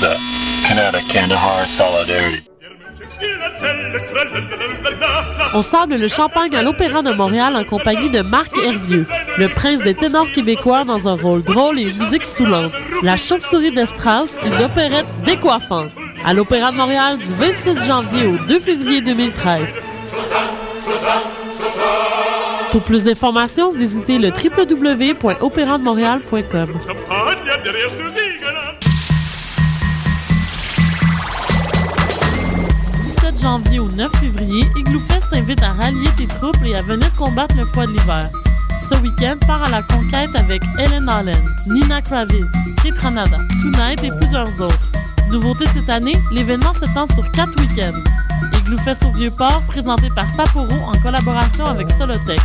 the Canada Kandahar Solidarity. On sable le champagne à l'Opéra de Montréal en compagnie de Marc Hervieux, le prince des ténors québécois dans un rôle drôle et une musique soulante. La chauve-souris de Strauss, une opérette décoiffante. À l'Opéra de Montréal du 26 janvier au 2 février 2013. Pour plus d'informations, visitez le www.opérandemontréal.com. Du 17 janvier au 9 février, Igloo Fest t'invite à rallier tes troupes et à venir combattre le froid de l'hiver. Ce week-end, pars à la conquête avec Ellen Allen, Nina Kravitz, Kate Ranada, Tonight et plusieurs autres. Nouveauté cette année, l'événement s'étend sur quatre week-ends. Igloo Fest au Vieux-Port, présenté par Sapporo en collaboration avec Solotech.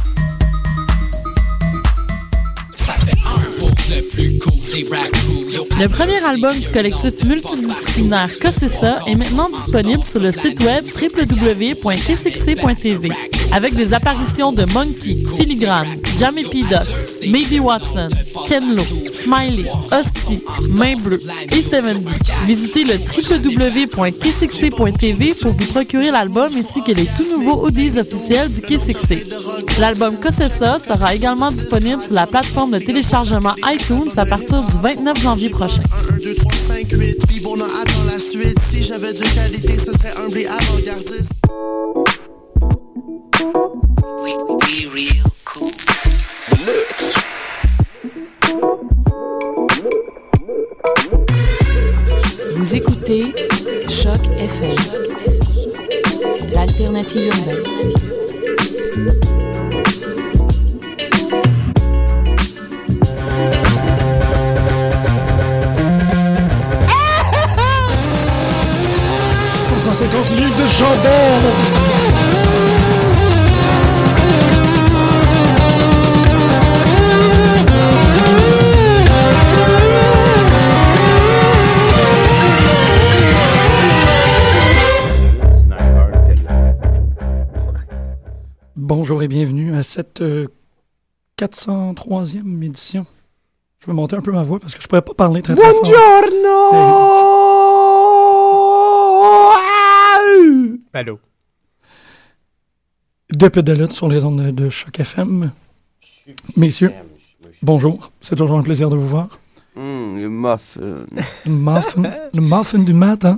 Le premier album du collectif multidisciplinaire Cossessa est maintenant disponible sur le site web www.kcxc.tv avec des apparitions de Monkey, Filigrane, Jamie P. Ducks, Maybe Watson, Ken Lo, Smiley, Hostie, Main Bleue et Seven D. Visitez le www.kcxc.tv pour vous procurer l'album ainsi que les tout nouveaux audios officiels du KCXC. L'album Cossessa sera également disponible sur la plateforme de téléchargement iTunes à partir du 29 janvier prochain. 1, 2, 3, 5, 8. Puis bon, on attend la suite. Si j'avais deux qualités, ce serait humble et avant-gardiste. Vous écoutez Choc FM, l'alternative urbaine. Pour 150 livres de chambon. Bonjour et bienvenue à cette euh, 403e édition. Je vais monter un peu ma voix parce que je pourrais pas parler très, très fort. Allô. De Pédalote sur les ondes de Choc FM. Messieurs, bonjour. C'est toujours un plaisir de vous voir. Hum, le muff. euh, Le muffin, le muffin du matin.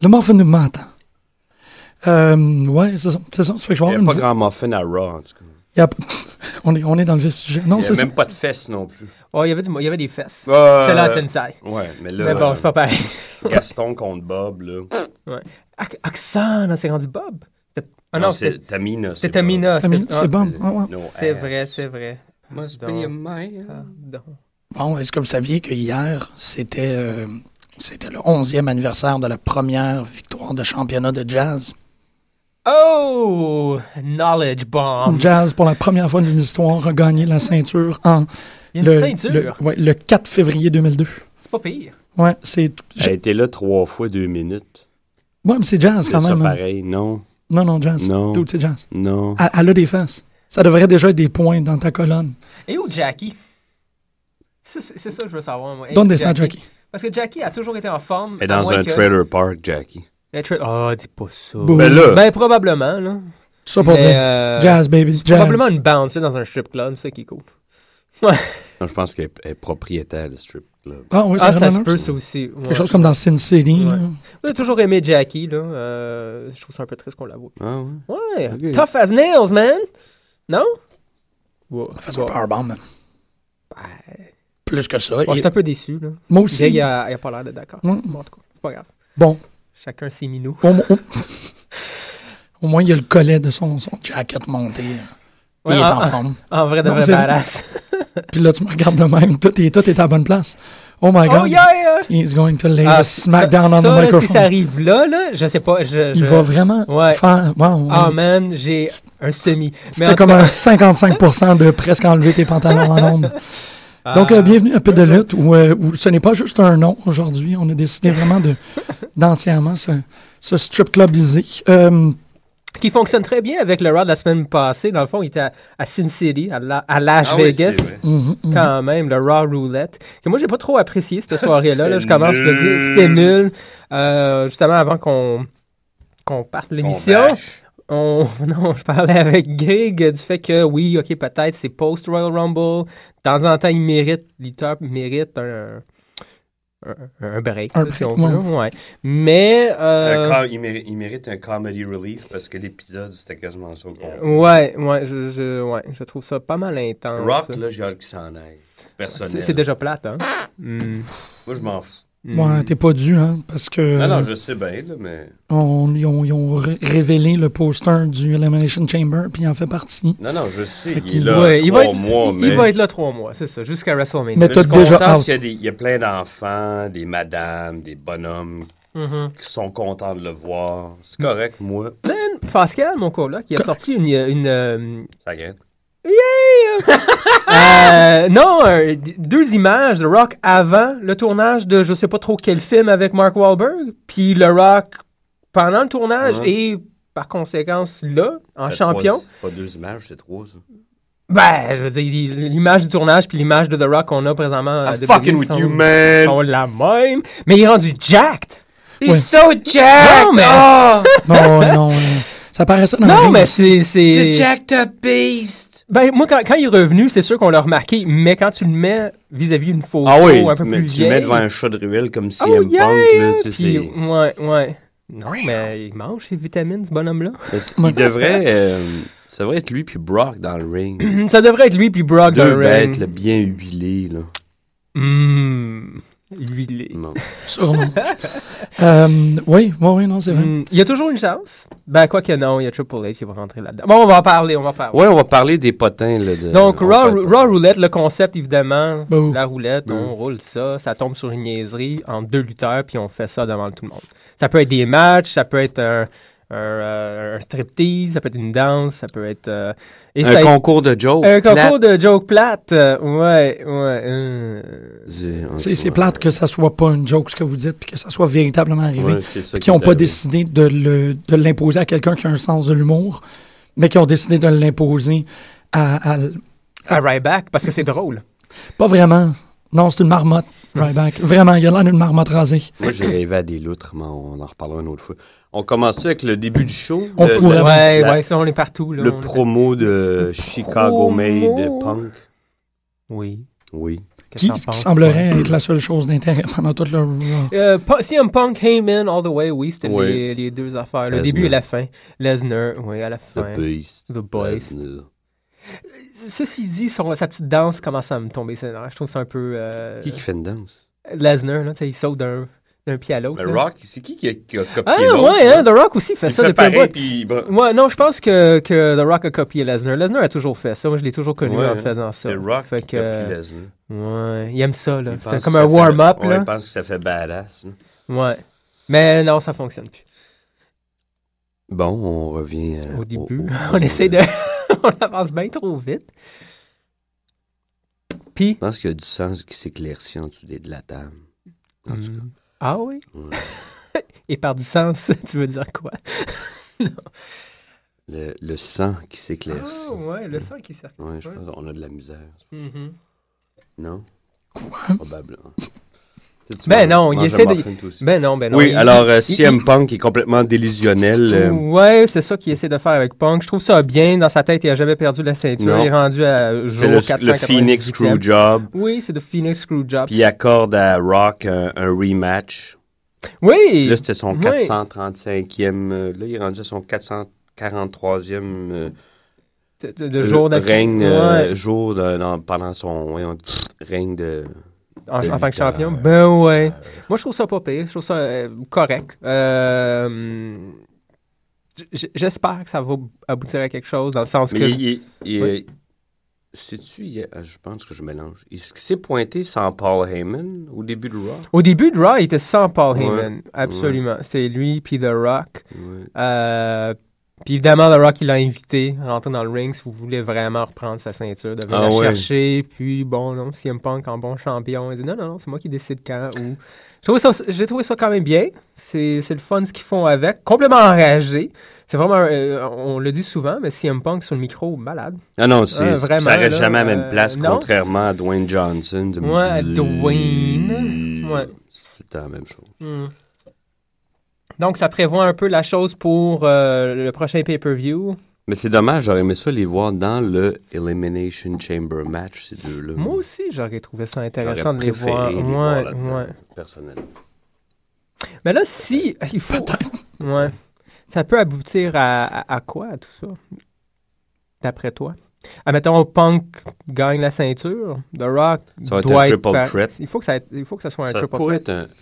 Le muffin du matin. Euh, ouais, c'est ça. C'est ça. Ça fait que je Il vais n'y a avoir pas une- grand muffin à Raw, en tout cas. Il y a- on, est, on est dans le vif du sujet. Non, Il n'y c'est a ça. même pas de fesses non plus. Oh, il y avait, du, il y avait des fesses. Euh, C'est là, Tensai. Ouais, mais là, Mais bon, euh, c'est pas pareil. Gaston contre Bob, là. Ouais. Ac- Axan, c'est rendu Bob. C'était- Ah non, c'était c'est Tamina. c'était Tamina. Ah, mais c'était- C'est ah, bon. Ah, ouais. No C'est ass. vrai, c'est vrai. Must be Donc. euh, a man. Pardon. Bon, est-ce que vous saviez que hier, c'était euh, c'était le 11e anniversaire de la première victoire de championnat de jazz? Oh! Knowledge bomb. Jazz, pour la première fois de l'histoire, a gagné la ceinture en Il y a le, une ceinture. le- ouais, le 4 février 2002. C'est pas pire. Ouais, c'est Elle a été là trois fois deux minutes. ouais, mais c'est jazz C'est quand ça même. hein. pareil. Non, Non, non, jazz. Non. Tout, c'est jazz. non. Elle, elle a des fesses. Ça devrait déjà être des points dans ta colonne. Et où Jackie? C'est c'est- c'est ça que je veux savoir, moi. Et Donne où des stands, Jackie. Parce que Jackie a toujours été en forme. Elle est à dans moins un Ah, que- trailer park, Jackie. Un tra- Oh, dis pas ça. Boum. Ben là, Ben, probablement, là. Ça pour Mais, dire euh, jazz, baby, jazz. Probablement une bounce dans un strip club, c'est ça qui est cool. ben- non, je pense qu'elle est- elle est propriétaire de strip club. Ah oui, c'est Ah, ça vraiment se nice. peut, ça aussi. Ouais. Quelque chose comme dans Sin City. Ouais. là. J'ai toujours aimé Jackie, là. Euh, je trouve ça un peu triste qu'on la voit. Ah ouais. Ouais. Ok. Tough as nails, man. Non? Ouais. Fais Ouais. un powerbomb. man. Ben, Plus que ça. Ouais, il- je suis un peu déçu, là. Moi Greg, aussi. il a, il a pas l'air d'être d'accord. Mm. Bon, en tout cas, c'est pas grave. Bon, Chacun ses minous. au, mo- au- au moins, il y a le collet de son, son jacket monté. Ouais, il est ah, en ah. forme. En vrai, de Non, vrai c'est- badass. Puis là, tu me regardes de même. Tout est, tout est à la bonne place. Oh my God. oh, yeah, yeah. He's going to lay Ah, a smack ça- down on ça, the là, microphone. si ça arrive là, là, je sais pas. Je, il je- va vraiment Ouais. faire... Wow, Ah, ouais. man, j'ai un semi. Mais en C'était tout comme cas- un 55 de presque enlever tes pantalons en ondes. Donc, Ah. euh, bienvenue à Peu de lutte, où, euh, où ce n'est pas juste un nom aujourd'hui. On a décidé vraiment de d'entièrement se, se strip clubiser. Euh, qui fonctionne très bien avec le Raw de la semaine passée. Dans le fond, il était à, à Sin City, à, la- à Las Ah oui, Vegas. c'est vrai. Mhm, Mm-hmm. mhm. quand même, le Raw Roulette, que moi, j'ai pas trop apprécié cette soirée-là. là. Je C'était commence, je te nul. dis, c'était nul. Euh, justement, avant qu'on qu'on parte l'émission, On bâche. on, non, je parlais avec Greg du fait que oui, ok, peut-être c'est post Royal Rumble. De temps en temps, il mérite, l'utop mérite un, un, un break, Un là, si break, on veut, ouais. Mais euh, Un com- il, mérite, il mérite un comedy relief parce que l'épisode, c'était quasiment ça. qu'on- ouais, ouais, je, je- ouais, je trouve ça pas mal intense. Rock, là, j'ai hâte qu'il s'en aille. Personnel. c'est c'est déjà plate, hein. Hmm, Moi, je m'en fous. hmm. Ouais, t'es pas dû, hein, parce que Non, Euh. non, je sais bien, là, mais. on- ils ont, ils ont ré- révélé le poster du Elimination Chamber, puis il en fait partie. Non, non, je sais. Fait Il est qu'il- là. Ouais, il, va Euh, trois être, mois, il, mais. il va être là trois mois, c'est ça, jusqu'à WrestleMania. Mais Je t'as suis déjà content out. qu'il y a des- Il y a plein d'enfants, des madames, des bonhommes Mm-hmm. qui sont contents de le voir. C'est correct, moi. Ben, Pascal, mon coloc, il a sorti une... une, euh, Ça gratte. euh, non, un- deux images de Rock avant le tournage de je sais pas trop quel film avec Mark Wahlberg, puis le Rock pendant le tournage Ouais. et par conséquence là, en Fait champion. trois- Pas deux images, c'est trois, ça. Ben, je veux dire, il- l'image du tournage puis l'image de The Rock qu'on a présentement... euh, I'm de fucking Biggie with sont- you, man! sont la même, mais il est rendu jacked! Ouais. so jacked. Non, mais- Ah! Oh, Non, non, euh, ça paraissait dans le Non, ring. mais c'est... the jacked up beast. Ben, moi, quand, quand il est revenu, c'est sûr qu'on l'a remarqué, mais quand tu le mets vis-à-vis une photo Ah oui, un peu mais plus tu le vieille... mets devant un chat de ruelle comme CM Oh, Punk, yeah! là, tu sais, Puis, c'est- ouais, ouais. Non, mais il mange ses vitamines, ce bonhomme-là. Parce qu'il devrait. euh, ça devrait être lui puis Brock dans le ring. Ça devrait être lui puis Brock Deux dans le bêtes, là, ring. bien huilées, là. Hum, lui, il est- Non. Sûrement. Euh, oui, oui, oui, non, c'est vrai. Hmm, Il y a toujours une chance. Ben, quoi que non, il y a Triple H qui va rentrer là-dedans. Bon, on va en parler, on va en parler. Ouais, on va parler des potins, là. de- Donc, on Raw, parle- Raw Roulette, le concept, évidemment, Bouh. la roulette, Ben on roule ça, ça tombe sur une niaiserie en deux lutteurs, puis on fait ça devant tout le monde. Ça peut être des matchs, ça peut être un, un, euh, un striptease, ça peut être une danse, ça peut être... euh, et ça- Un concours de Joe. un concours de joke plate, euh, ouais, ouais. euh, C'est c'est plate que ça soit pas une joke ce que vous dites, puis que ça soit véritablement arrivé. qui n'ont n'ont pas décidé de le- de l'imposer à quelqu'un qui a un sens de l'humour, mais qui ont décidé de l'imposer à, à- à Ryback, parce que c'est drôle. Pas vraiment. Non, c'est une marmotte, Ryback. Vraiment, il y a l'air d'une marmotte rasée. Moi, j'ai rêvé à des loutres, mais on en reparlera une autre fois. On commence avec le début du show. On Le- pourrait- le- ouais, la- ouais, ça, on est partout. Là, Le on est- promo de Chicago promo. Made Punk. Oui. Oui. Qui, Qu'est-ce que t'en qui penses, semblerait toi? être la seule chose d'intérêt pendant tout le. Euh, Pu- CM Punk, Heyman, All the Way, oui, c'était Oui. les, les deux affaires. Le Lesnar. début et la fin. Lesnar, oui, à la fin. The Beast. The Boys. Ceci dit, son- sa petite danse commence à me tomber. C'est Je trouve ça un peu. euh, Qui qui fait une danse? Lesnar, là, tu sais, il saute d'un d'un pied à l'autre. Le là. Rock, c'est qui qui a, qui a copié Ah, l'autre, ouais, là? hein, The Rock aussi fait Il ça fait depuis un pareil, bout. puis il bra- Ouais, non, je pense que, que The Rock a copié Lesnar. Lesnar a toujours fait ça. Moi, je l'ai toujours connu Ouais, en hein. faisant ça. Le Rock Fait qui que, copie Lesnar. ouais, il aime ça, là. Il C'était pense comme que un ça fait- warm-up, ouais, là. il pense que ça fait badass. là. Ouais. Mais non, ça fonctionne plus. Bon, on revient euh, Au début, au- on essaie de. on avance bien trop vite. Puis. Je pense qu'il y a du sens qui s'éclaircit en dessous des- de la table. En tout cas. Ah oui? Ouais. Et par du sens, tu veux dire quoi? Le, le sang qui s'éclaircit. Ah ouais, le sang qui sert. Ouais, je pense qu'on a de la misère. Mm-hmm. Non? Quoi? Probablement. Tu sais, tu manges- Ben non, il manges un essaie de- muffin, toi aussi. Ben non, ben non. oui, il- alors euh, il- CM Punk est complètement délusionnel. euh, Ouais, c'est ça qu'il essaie de faire avec Punk. Je trouve ça bien. Dans sa tête, il a jamais perdu la ceinture. Non. Il est rendu à c'est jour le, le 498e. Phoenix Screwjob. Oui, c'est le Phoenix Screwjob. Puis il accorde à Rock un, un rematch. Oui! Là, c'était son Oui. 435e. euh, Là, il est rendu à son 443e euh, de, de- de jour euh, d'actu- règne, euh, Ouais. jour de- dans- pendant son voyons, pff, règne de. en, de en tant que lutteur. champion. Ben ouais. Moi, je trouve ça pas pire. Je trouve ça euh, correct. Euh, j- J'espère que ça va aboutir à quelque chose dans le sens Mais que. il, il- il- Oui. sais-tu, il- ah, je pense que je mélange. Est-ce qu'il s'est pointé sans Paul Heyman au début du Raw? Au début de Raw, il était sans Paul Ouais, Heyman. Absolument. C'était lui puis The Rock. Ouais. Euh, Puis évidemment, The Rock, il l'a invité à rentrer dans le ring si vous voulez vraiment reprendre sa ceinture, de venir Ah la ouais. chercher. Puis bon, non, CM Punk en bon champion, il dit non, non, non, c'est moi qui décide quand, où. J'ai trouvé ça, j'ai trouvé ça quand même bien. C'est, c'est le fun ce qu'ils font avec. Complètement enragé. C'est vraiment, euh, on le dit souvent, mais CM Punk sur le micro, malade. Non, non, c'est- Ah, vraiment, ça reste là, jamais à la euh, même place, non. contrairement à Dwayne Johnson. de- Ouais, à Dwayne. Ouais. C'est tout le temps la même chose. Donc ça prévoit un peu la chose pour euh, le prochain pay-per-view. Mais c'est dommage, j'aurais aimé ça les voir dans le Elimination Chamber match, ces deux-là. Moi aussi, j'aurais trouvé ça J'aurais intéressant de les préféré voir. les voir Ouais, là-dedans, ouais. personnellement. Mais là, si il faut, ouais, ça peut aboutir à, à- à quoi à tout ça, d'après toi Admettons, Punk gagne la ceinture, The Rock Ça va être un doit triple par- threat. Il faut que ça, ait- il faut que ça soit un Ça triple pourrait Mm. threat. être un,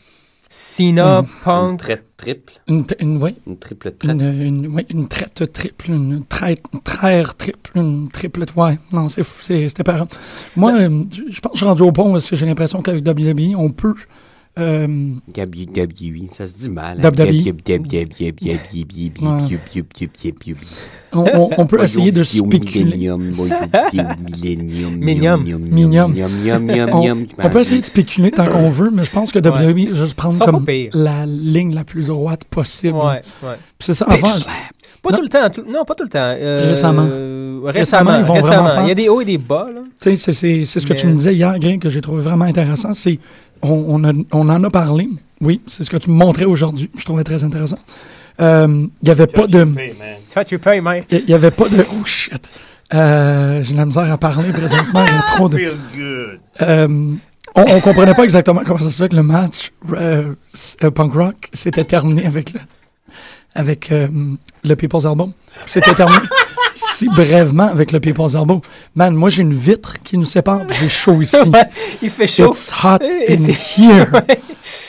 Cena, une Punk, traite triple. Une, t- une, oui, Une triple traite. une, une- oui, une traite triple, une traite, une traire triple, une triplette, ouais. Non, c'est fou, c'est- c'était parent. Moi, euh, je je pense que je suis rendu au bon parce que j'ai l'impression qu'avec WWE, on peut. euh, WWE, ça se dit mal. hein. WWE. on, on- on peut essayer de spéculer. Millennium. Millennium. On, on peut essayer de spéculer tant qu'on veut, mais je pense que WWE, juste prendre Ça va comme pas pire. la ligne la plus droite possible. ouais, ouais. Puis C'est ça, avant, Pas Mm. Non. tout le temps, tout- non, pas tout le temps. Euh, Récemment. euh, Récemment, récemment, ils vont récemment. vraiment faire- Il y a des hauts et des bas là. Tu sais, c'est- c'est c'est ce que Mais- tu me disais hier, Greg, que j'ai trouvé vraiment intéressant. C'est on, on, a- on en a parlé. Oui, c'est ce que tu me montrais aujourd'hui. Je trouvais très intéressant. Euh, Il y avait pas de. Touch your pain, man. Il y avait pas de. Oh shit! Euh, j'ai de la misère à parler présentement. Il y a trop de. Euh, on, on comprenait pas exactement comment ça se fait que le match euh, s- euh, punk rock s'était terminé avec le, avec euh, le People's Elbow. C'était terminé si brèvement avec le People's Elbow. Man, moi j'ai une vitre qui nous sépare, puis j'ai chaud ici. Il fait chaud. It's hot in It's- here.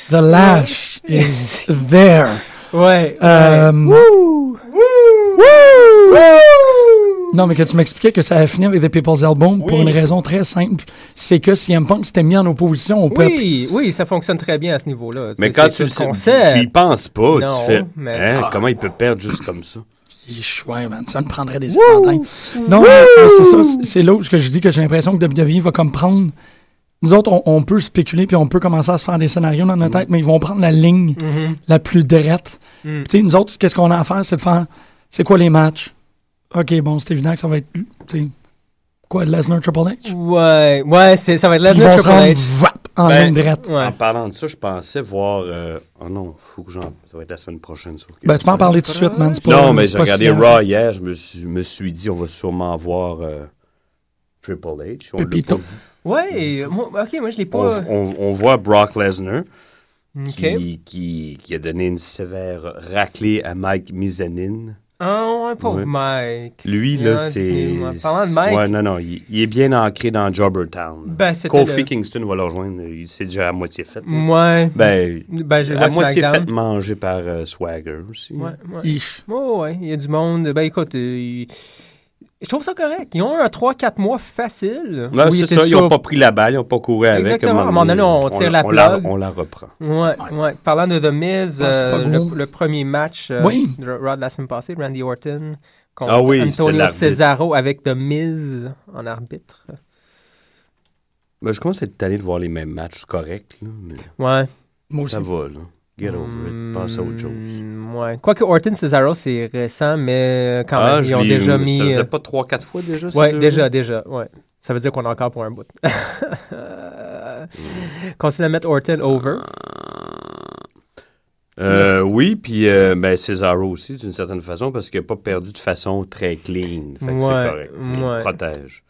The lash is there. Ouais. Euh, Wouh! Non, mais que tu m'expliquais que ça a fini avec The People's Elbow pour une raison très simple, c'est que CM Punk s'était mis en opposition au peuple. Oui, oui, ça fonctionne très bien à ce niveau-là. Mais C'est- quand c'est tu le sais, concept. tu y penses pas, Non, tu fais mais- hein, comment il peut perdre juste comme ça. Il est chouin, man. Ça me prendrait des épantins. Mm. Non, mais, euh, c'est ça. c'est- C'est là où ce que je dis que j'ai l'impression que WWE va comme prendre. Nous autres, on, on peut spéculer puis on peut commencer à se faire des scénarios dans Mm. notre tête, mais ils vont prendre la ligne Mm-hmm. la plus drette. Puis, tu sais, nous autres, qu'est-ce qu'on a à faire, c'est de faire c'est quoi les matchs Ok, bon, c'est évident que ça va être. tu sais, Quoi, Lesnar Triple H Ouais, ouais, c'est, ça va être la Ils vont se Mm. Triple rendre H. vap, en Ben, ligne drette. En Ouais. parlant de ça, je pensais voir. euh, oh non, faut que j'en. Ça va être la semaine prochaine. ça, ok. Ben, tu peux en parler tout de suite, man. c'est pas- Non, mais c'est j'ai pas regardé si hein. grave. Raw hier. Je me, suis- je me suis dit, on va sûrement voir euh, Triple H. On, l'a Pépito. pas vu. Ouais, moi, ok, moi je l'ai On- pas. on- on voit Brock Lesnar Ok. qui, qui, qui a donné une sévère raclée à Mike Mizanin. Ah, ouais, pauvre Ouais. Mike. Lui, Il là, reste c'est. venu, ouais. Parlant de Mike. Ouais, non, non, il, il est bien ancré dans Jobbertown. Ben, c'était Kofi le- Kingston va le rejoindre. Il s'est déjà à moitié fait. là. Ouais. Ben, Ben, je le à vois moitié SmackDown. fait manger par euh, Swagger aussi. Ouais, ouais. Ich. Oh, ouais, il y a du monde. Ben, écoute, euh, il- je trouve ça correct. Ils ont eu un 3-4 mois facile. Ben, où c'est ils étaient ça, ils sur- n'ont pas pris la balle, ils n'ont pas couru avec. Exactement, À un à un moment donné, on tire la plug. on la reprend. Ouais, ouais. Parlant de The Miz, Ah, c'est pas euh, le, gros. le premier match euh, Oui. de Raw de la semaine passée, Randy Orton contre Ah oui, c'était Antonio l'arbitre. Cesaro avec The Miz en arbitre. Ben, je commence à être allé de voir les mêmes matchs corrects, là, mais Ouais. Moi aussi. ça va. Là. Get over it, passe à autre chose. Mm, ouais. Quoique Orton Cesaro, c'est récent, mais quand Ah, même, ils je ont l'ai- déjà mis. Ça euh, faisait pas hein? 3-4 fois déjà, ces Ouais, deux-là? déjà, déjà. Ouais. Ça veut dire qu'on est encore pour un bout. Hmm. Continue à mettre Orton Ah. over. Euh, oui, puis euh, ben, Cesaro aussi, d'une certaine façon, parce qu'il n'a pas perdu de façon très clean. Fait que c'est Ouais, correct. Il ouais. le protège.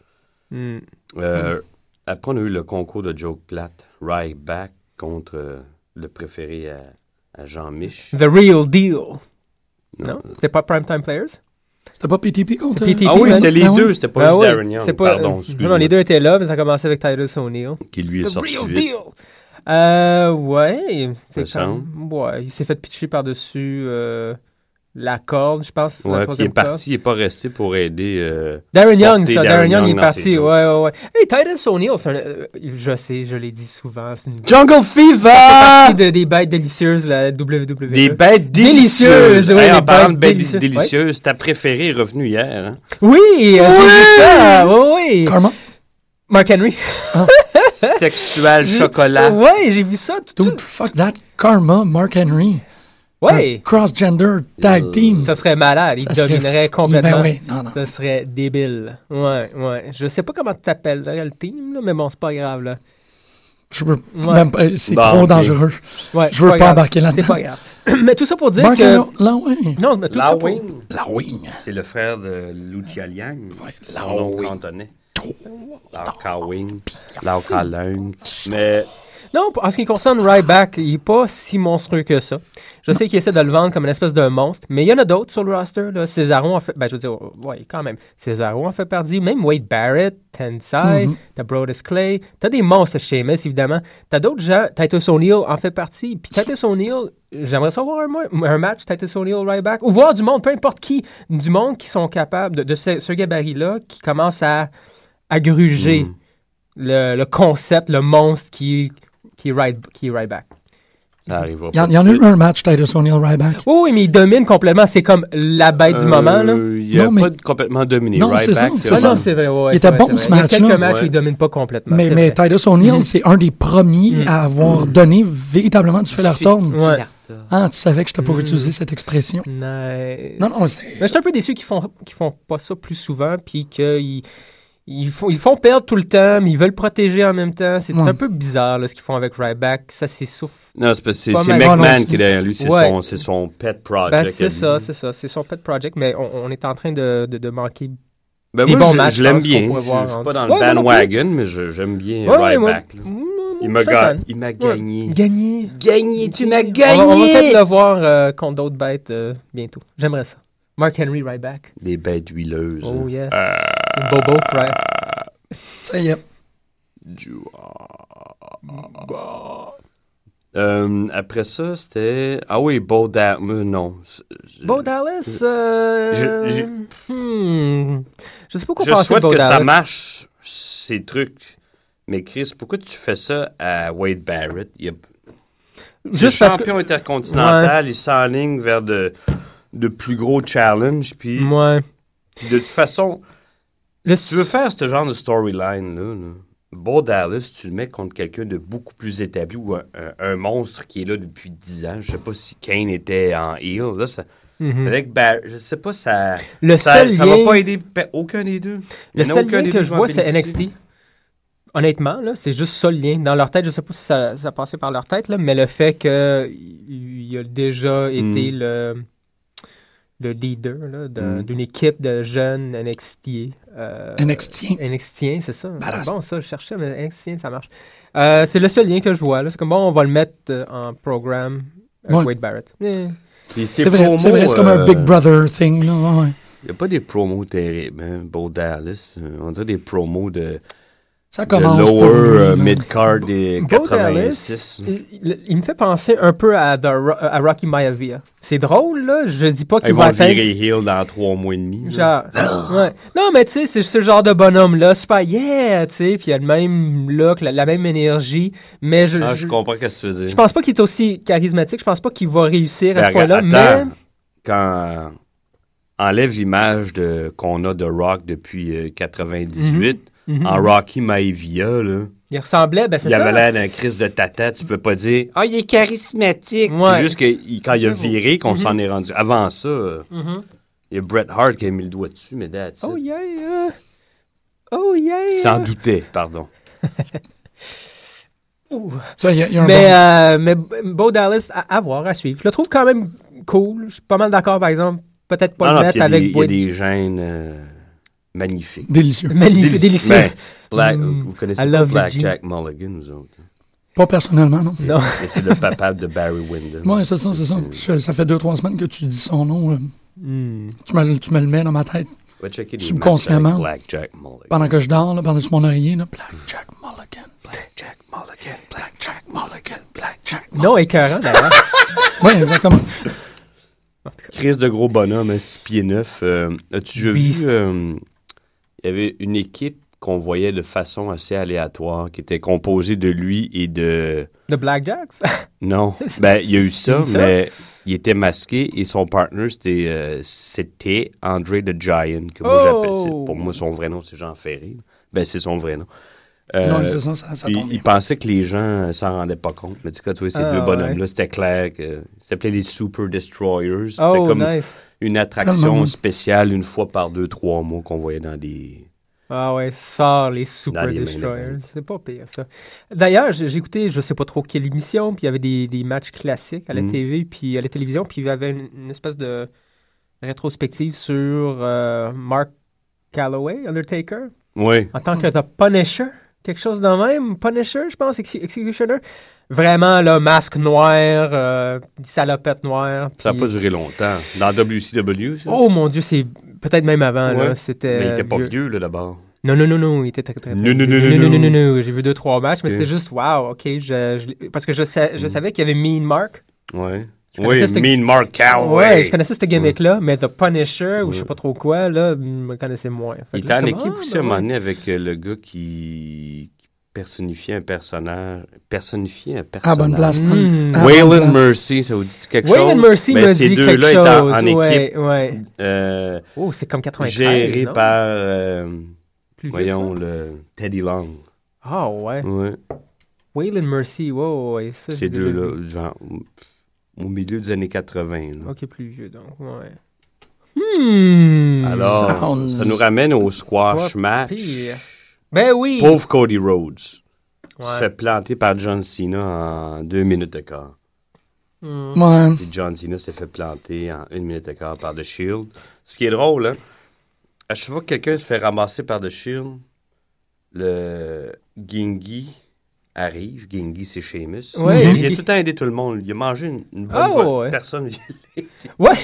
Mm. Euh, Après, on a eu le concours de Joke Plate, Right Back, contre euh, le préféré à, à Jean-Mich. The real deal. Non? C'était pas Primetime Players? C'était pas PTP contre. PTP, Ah oui, man. c'était les Ah oui. deux, c'était pas Ah juste ouais, Darren Young. c'est pas- Pardon, euh, excuse-moi. Non, les deux étaient là, mais ça a commencé avec Titus O'Neill. Qui lui est The sorti real vite. deal! Euh, ouais. Me C'est quand... semble. Ouais, il s'est fait pitcher par-dessus euh, la corde, je pense. c'est la Ouais, puis il est troisième corde. parti, il n'est pas resté pour aider. euh, Darren Young, supporter ça. Darren Young est dans ses parti. jokes. Ouais, ouais, ouais. Hey, Titus O'Neill, c'est un. euh, je sais, je l'ai dit souvent. C'est une. Jungle partie Fever! de- des bêtes délicieuses, la E. WWE. Ah! Des bêtes Délicieuses, délicieuses! ouais, Hey, des en parlant bêtes de bêtes délicieuses. dé- délicieuses, ta préférée est revenue hier. hein? Oui, euh, j'ai vu ça. Oui, oui. Karma? Mark Henry. Sexuel chocolat. Ouais, j'ai vu ça. Tout, Dude, tout. fuck that. Karma, Mark Henry. Ouais. Un Euh, Cross-gender tag team. Ça serait malade. Il Ça serait- dominerait complètement. Ben oui, non, non. Ça serait débile. Ouais, ouais. Je sais pas comment tu t'appellerais le team, là, mais bon, c'est pas grave. Là. Je veux Ouais. même pas- euh, C'est Bon, trop ok. dangereux. Ouais, Je c'est veux pas pas grave. embarquer là-dedans. C'est pas grave. mais tout ça pour dire Mark que. Henry, la wing. Non, mais tout ça pour... Wing. La wing. C'est le frère de Lucia Liang. la Son nom Wing. cantonais. Lao Ka Wing. Lao Ka Leung. Mais Non, en ce qui concerne Ryback, il est pas si monstrueux que ça. Je sais qu'il essaie de le vendre comme une espèce de monstre, mais il y en a d'autres sur le roster. Là. Cesaro en fait. Ben, je veux dire, ouais, quand même. Cesaro en fait partie. Même Wade Barrett, Tensai, t'as Brodus Clay. T'as des monstres chez MS, évidemment. T'as d'autres gens. Titus O'Neill en fait partie. Puis Titus O'Neill, j'aimerais savoir un, mo- un match Titus O'Neill Ryback. Ou voir du monde, peu importe qui, du monde qui sont capables de, de ce, ce gabarit-là, qui commence à, à gruger le, le concept, le monstre qui, qui, ride, qui ride back. ça arrivera Il y pas. en, il y en a eu un match, Titus O'Neill Ryback. Oui, oui, mais il domine complètement. C'est comme la bête du moment. Là. Euh, Il n'a Non, mais- pas de- complètement dominé. Non, c'est ça, Ryback, c'est euh, Ah ça. non, c'est vrai. Il ouais, c'est était vrai, bon, ce c'est vrai. Il y a match-là. quelques matchs où Ouais. il domine pas complètement. Mais, Ben, c'est mais vrai. Titus O'Neill, Mhm. c'est un des premiers Mhm. à avoir Mm-hmm. donné véritablement du fil à retourne. Ouais. Ah, tu savais que je t'ai pas Mhm. utiliser cette expression. Nice. Non, non, c'est- Mais je suis un peu déçu qu'ils font qu'ils font pas ça plus souvent, puis qu'ils ils font, ils font perdre tout le temps, mais ils veulent protéger en même temps. C'est Ouais. un peu bizarre là, ce qu'ils font avec Ryback. Ça s'essouffle. Non, c'est parce que c'est Pas c'est mal. Ah, non, McMahon qui est derrière lui. C'est Ouais. son, c'est son pet project. Ben, à c'est lui. ça, c'est ça. C'est son pet project, mais on, on est en train de, de, de manquer. Ben, Des moi, bons je- matchs, Je l'aime je pense qu'on bien. Je pourrait je voir suis en- pas dans Ouais, le moi non plus. bandwagon, mais je- j'aime bien Ouais, ouais, moi- Ryback. là. Mm, Il je m'a suis ga- fan. il m'a Ouais. gagné. Gagné. Gagné, tu m'as On va, on va peut-être gagné! le voir euh, contre d'autres bêtes euh, bientôt. J'aimerais ça. Mark Henry Ryback. Des bêtes huileuses. Oh hein. yes. C'est Bobo Ryback. ça y est. Euh, après ça, c'était. Ah oui, Bo Dallas. Non. c'est- je- Bo Dallas. euh, Je- je- hmm. Je sais pas quoi Je penser de souhaite Bo que Dallas. ça marche, ces trucs. Mais Chris, pourquoi tu fais ça à Wade Barrett? Il a- C'est Juste le parce que. champion intercontinental, il s'enligne vers de, de plus gros challenges. Puis Ouais. puis de toute façon, Le- si tu veux faire ce genre de storyline-là, là, Bo Dallas, tu le mets contre quelqu'un de beaucoup plus établi ou un, un- un monstre qui est là depuis 10 ans. Je sais pas si Kane était en heel. Là, ça- Mhm. Avec Barrett, je sais pas, ça Le ça, seul ça lien, va pas aider pe- aucun des deux. le Il y en a seul aucun lien des que deux je va vois, c'est bénéficier. NXT. Honnêtement, là, c'est juste ça le lien. Dans leur tête, je sais pas si ça, ça passait par leur tête, là, mais le fait qu'il a déjà été Hmm. le, le leader là, d'un- Mm. d'une équipe de jeunes NXT. Euh, NXT. NXTien, c'est ça. Ah, Badass. Bon, ça, je cherchais, mais NXTien, ça marche. Euh, c'est le seul lien que je vois. là. C'est comme bon, on va le mettre euh, en programme avec Ouais. Wade Barrett. Eh. Puis ses C'est vrai, promos, c'est vrai, c'est comme un euh, Big Brother thing. Là. ouais, ouais. Il n'y a pas des promos terribles, hein, Bo Dallas. Euh, On dirait des promos de, Ça de commence. pour lui, lower euh, là. mid-card des Bo 86. Dallas, il, il- il me fait penser un peu à, The Ro- à Rocky Maivia. C'est drôle, là. Je dis pas Ils qu'il vont va le atteindre... virer heel dans trois mois et demi. là. Genre, ouais. Non, mais tu sais, c'est ce genre de bonhomme-là, super yeah, tu sais, puis il a le même look, la, la même énergie, mais je, Ah, je, je comprends ce que tu veux je dire. pense pas qu'il est aussi charismatique, je pense pas qu'il va réussir à ce Ben, point-là, mais... attends, Quand enlève l'image de- qu'on a de Rock depuis euh, 98, Mhm. en Rocky Maivia, là, Il ressemblait, ben c'est il ça. avait l'air d'un Christ de tata, tu peux pas dire « Ah, il est charismatique! Ouais. C'est juste que il- quand il a J'avoue. viré qu'on Mhm. s'en est rendu. Avant ça... euh, Mhm. Il y a Bret Hart qui a mis le doigt dessus, mais that's it. Oh yeah! Oh yeah! S'en doutait, pardon. Ça, il y a, il y a un Mais, bon- euh, mais Bo Dallas, à, à voir, à suivre. Je le trouve quand même cool. Je suis pas mal d'accord, par exemple. Peut-être pas Ah non, le non, puis mettre il y a des- avec il y a Boyd. des gènes euh, magnifiques. Délicieux. Magnifique, Délici- délicieux. Ben, Black- Mm. Vous I connaissez pas love the Black Jew. Jack Mulligan, nous autres. hein? Pas personnellement, non. Non. Mais c'est le papa de Barry Windham. Ouais, c'est ça, c'est ça. Je- ça fait deux, trois semaines que tu dis son nom. là. Hmm. Tu me, le- tu me le mets dans ma tête Va checker des Subconsciemment. matchs avec Black Jack Mulligan. pendant que je dors, là, par-dessus mon oreiller. Là. Black Jack Mulligan. Black Jack Mulligan, Black Jack Mulligan, Black Jack. Non, écœurant, d'ailleurs. Oui, exactement. En tout cas. crise de gros bonhomme, hein, 6 pieds 9. As-tu déjà vu. Beast. euh, Il y avait une équipe qu'on voyait de façon assez aléatoire, qui était composée de lui et de. De Blackjacks? Non. Ben, il y a eu ça, Ça? mais il était masqué et son partner, c'était, euh, c'était André the Giant, que moi Oh! j'appelle. c'est- Pour moi, son vrai nom, c'est Jean Ferré. Ben, c'est son vrai nom. Euh, non, c'est ça, ça, ça il, tombe bien. il pensait que les gens euh, s'en rendaient pas compte. Mais tu sais, quand tu vois ces Ah, deux ouais. bonhommes-là, c'était clair que. Ils s'appelaient les Super Destroyers. Oh, c'était comme nice. une Tellement. attraction spéciale une fois par deux, trois mois qu'on voyait dans des. Ah ouais, sort les Super Dans les main Destroyers. events. C'est pas pire, ça. D'ailleurs, j'ai j'ai écouté, je sais pas trop quelle émission, puis il y avait des, des matchs classiques à la Mm. TV, puis à la télévision, puis il y avait une, une espèce de rétrospective sur euh, Mark Calloway, Undertaker, Oui. en tant que The Punisher. Quelque chose dans le même. Punisher, je pense, Ex- Executioner. Vraiment, là, masque noir, euh, salopette noire. Ça n'a puis- pas duré longtemps. Dans WCW, ça. Oh mon Dieu, c'est peut-être même avant, là. Ouais. C'était. mais il était pas vieux. vieux, là, d'abord. Non, non, non, non, il était très, très, très Non, non, vieux. non, non, non, non. non, J'ai vu deux, trois matchs, mais Ok. c'était juste, wow, OK. Je, je l'ai- parce que je, sais- je Mm. savais qu'il y avait Mean Mark. Ouais. connaissais Oui, cette- Mean Mark Calloway. Ouais, je connaissais ce gimmick-là, mais The Punisher, ou je sais Ah Ouais. pas trop quoi, là, me connaissais moins. Fait que Il était là, en j'étais comme, équipe ah, aussi ben à un moment ouais. donné avec euh, le gars qui qui personnifiait un personnage. Personnifiait un personnage. Ah, bonne place. Mm. Ah, bonne Hmm. Waylon place. Mercy, ça vous dit quelque chose? Wayne Mercy Ben, me ces dit deux-là quelque étaient chose. en- en ouais, équipe. ouais. Euh, Oh, c'est comme 93. géré non? par, euh, Plus vieux que voyons, ça? le Teddy Long. Ah, ouais. Ouais. Waylon Mercy, wow, ouais. Ça, j'ai Ces déjà vu. deux-là, genre, au milieu des années 80. là. OK, plus vieux, donc, ouais. Hmm. Alors, Sounds- ça nous ramène au squash Pas match. pire. Ben oui! Pauvre Cody Rhodes. Ouais. Se fait planter par John Cena en deux minutes et quart. Ouais. Puis John Cena s'est fait planter en une minute et quart par The Shield. Ce qui est drôle, hein, à chaque fois que quelqu'un se fait ramasser par The Shield, le Gingy arrive. Gingy, c'est Sheamus. Ouais, il a Gingy. tout le temps aidé tout le monde. Il a mangé une, une bonne Ah, fois. ouais. Personne. Ouais,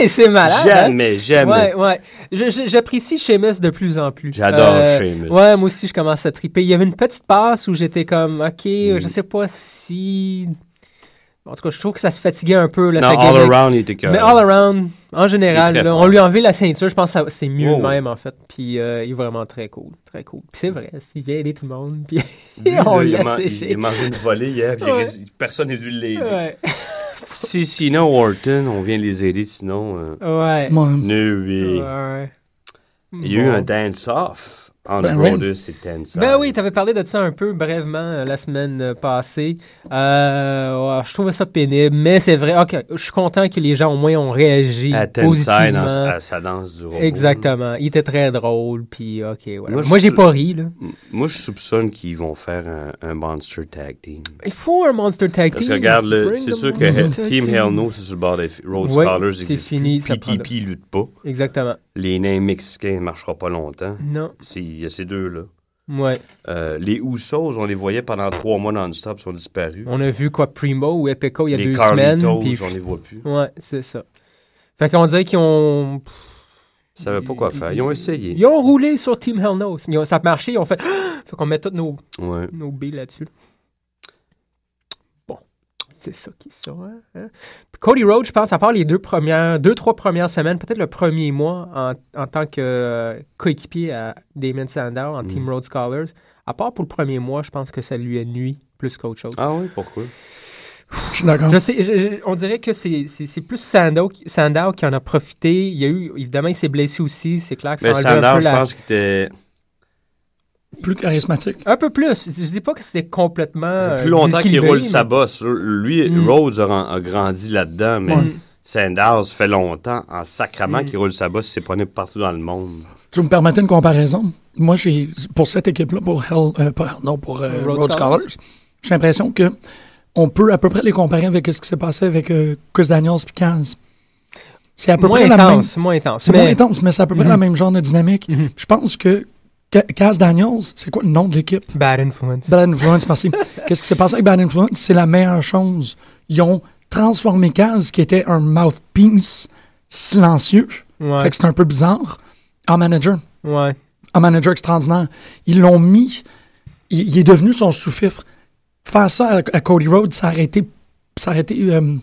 Hey, c'est malade. hein? jamais, jamais. Ouais, ouais. Je- je- J'apprécie Seamus de plus en plus. Euh, J'adore Sheamus. Ouais, moi aussi, je commence à triper. Il y avait une petite passe où j'étais comme, OK, Mm. je sais pas si. En tout cas, je trouve que ça se fatiguait un peu, là, Non, sa all gimmick. around, il était que. Mais all around, en général, Il est très là, fort. on lui a enlevé la ceinture. Je pense que ça- c'est mieux Oh. de même, en fait. Puis euh, il est vraiment très cool. Très cool. Puis c'est vrai, il vient aider tout le monde. Puis Lui, là, on il, l'a a man- il séché. a mangé une volée hier, puis il Ouais. reste- personne n'est venu l'aider. Ouais. Si Cena ou Orton, on vient les aider, sinon. euh, Ouais. Ouais. nul, oui. Ouais. Il y a eu Bon. un dance-off entre Ben oui. Brothers et Tenzan. Ben oui, t'avais parlé de ça un peu brièvement euh, la semaine euh, passée. Euh, ouais, je trouvais ça pénible, mais c'est vrai. Ok, je suis content que les gens au moins ont réagi à Tenzan positivement. dans sa- à sa danse du robot. Exactement. Il était très drôle, puis ok, voilà. Moi, Moi, je- j'ai pas ri là. M- Moi, je soupçonne qu'ils vont faire un, un Monster Tag Team. Il faut un monster tag Parce team. que regarde, le- Bring c'est the sûr que Monster He- Tag Team Team. Hell No, c'est sur le bord des filles. Rhodes Ouais, Scholars c'est existe fini, ça plus. prend de- PTP lutte pas. Exactement. Les nains mexicains ne marchera pas longtemps. Non. C'est- Il y a ces deux-là. Ouais. Euh, les Usos, on les voyait pendant trois mois non-stop, sont disparus. On a vu quoi, Primo ou Epico il y a les deux Carlitos, semaines. puis- on les voit plus. Ouais, c'est ça. Fait qu'on dirait qu'ils ont Ils savaient pas quoi faire. Ils ont essayé. Ils ont roulé sur Team Hell No. Ils ont- ça a marché, ils ont fait. Ah! Faut qu'on mette toutes nos, Ouais. nos billes là-dessus. Bon. C'est ça qui sort. hein, hein. Puis Cody Rhodes, je pense, à part les deux premières, deux, trois premières semaines, peut-être le premier mois en, en tant que euh, coéquipier à Damon Sandow en Mm. Team Rhodes Scholars, à part pour le premier mois, je pense que ça lui a nuit plus qu'autre chose. Ah oui, pourquoi? Je suis d'accord. Je sais, je- je- on dirait que c'est c'est- c'est plus Sandow, qui- Sandow qui en a profité. Il y a eu, évidemment, il s'est blessé aussi. C'est clair que ça Mais a enlevé un Sandor, peu je la, pense qu'il était Plus charismatique. Un peu plus. Je dis pas que c'était complètement. euh, plus longtemps qu'il déséquilibré, roule mais- sa bosse. Lui, Mm. Rhodes a, ren- a grandi là-dedans, mais Mm. Sandor, ça fait longtemps, en sacrament, Mm. qu'il roule sa bosse. Il s'est promené partout dans le monde. Tu me permettais une comparaison? Moi, j'ai, pour cette équipe-là, pour Hell, euh, pas Hell, non, pour euh, Road Road, Scholars. Scholars, j'ai l'impression que on peut à peu près les comparer avec ce qui s'est passé avec euh, Chris Daniels et Kaz. C'est à peu Moins près la même. intense, moins intense. C'est mais- moins intense, mais c'est à peu près Mhm. la même genre de dynamique. Mhm. Je pense que Ca- Kaz Daniels, c'est quoi le nom de l'équipe? Bad influence. Bad Influence, merci. Qu'est-ce qui s'est passé avec Bad Influence? C'est la meilleure chose. Ils ont transformé Kaz, qui était un mouthpiece silencieux, Ouais. fait que c'est un peu bizarre, en manager. ouais. Un manager extraordinaire. Ils l'ont mis, il, il est devenu son sous-fifre. Faire ça à, à Cody Rhodes, ça aurait été, ça aurait été, euh,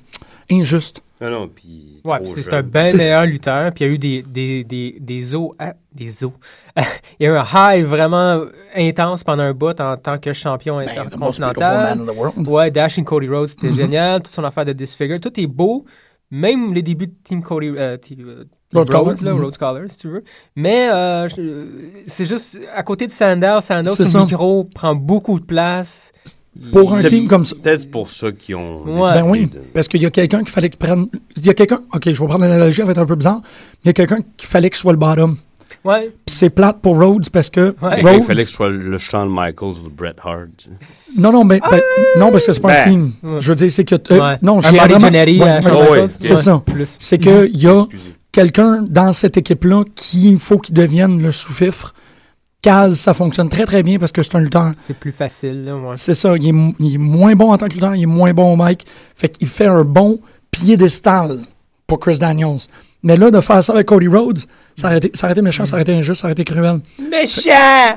injuste. Non, non, puis. Ouais, trop puis c'est c'est jeune. un bien C'est- meilleur lutteur. Puis il y a eu des, des, des, des os. ah, des os. il y a eu un high vraiment intense pendant un bout en tant que champion the most beautiful man intercontinental. in the world. Ouais, Dash and Cody Rhodes, c'était Mm-hmm. génial. Toute son affaire de Disfigure, tout est beau. Même les débuts de Team Cody. euh, Team, euh, Team Rhodes Rhodes, Collar. là, Mhm. Rhodes Collar, si tu veux. Mais euh, je- c'est juste à côté de Sandow, Sandow, C'est son ça. micro prend beaucoup de place. Pour un Mm. C'est- team comme ça. Peut-être pour ça qu'ils ont. Ouais. Ben oui, décidé de- parce qu'il y a quelqu'un qui fallait qu'il prenne. Il y a quelqu'un. Ok, je vais prendre l'analogie, elle va être un peu bizarre. Mais il y a quelqu'un qui fallait que soit le bottom. Ouais, Puis c'est plate pour Rhodes parce que. Ouais. Fait qu'il Rhodes. fallait que ce soit le Shawn Michaels ou le Bret Hart. tu sais. Non, non, mais. ben, non, parce que c'est pas un Ben. Ah team. Ouais. Je veux dire, c'est que. euh, Ah! ouais. Non, un euh, j'ai Marty vraiment- Jannetty Ouais, à ouais, Shawn ouais. Michaels. C'est ça. Plus. c'est qu'il y a Mm. Excusez. quelqu'un dans cette équipe-là qui il faut qu'il devienne le sous-fifre. Caz, ça fonctionne très très bien parce que c'est un lutteur. C'est plus facile, là, ouais. C'est ça, il est, m- il est moins bon en tant que lutteur, il est moins bon au mic. Fait qu'il fait un bon piédestal pour Chris Daniels. Mais là, de faire ça avec Cody Rhodes, ça aurait été, ça aurait été Mm. méchant, ça aurait été injuste, ça aurait été cruel. Méchant!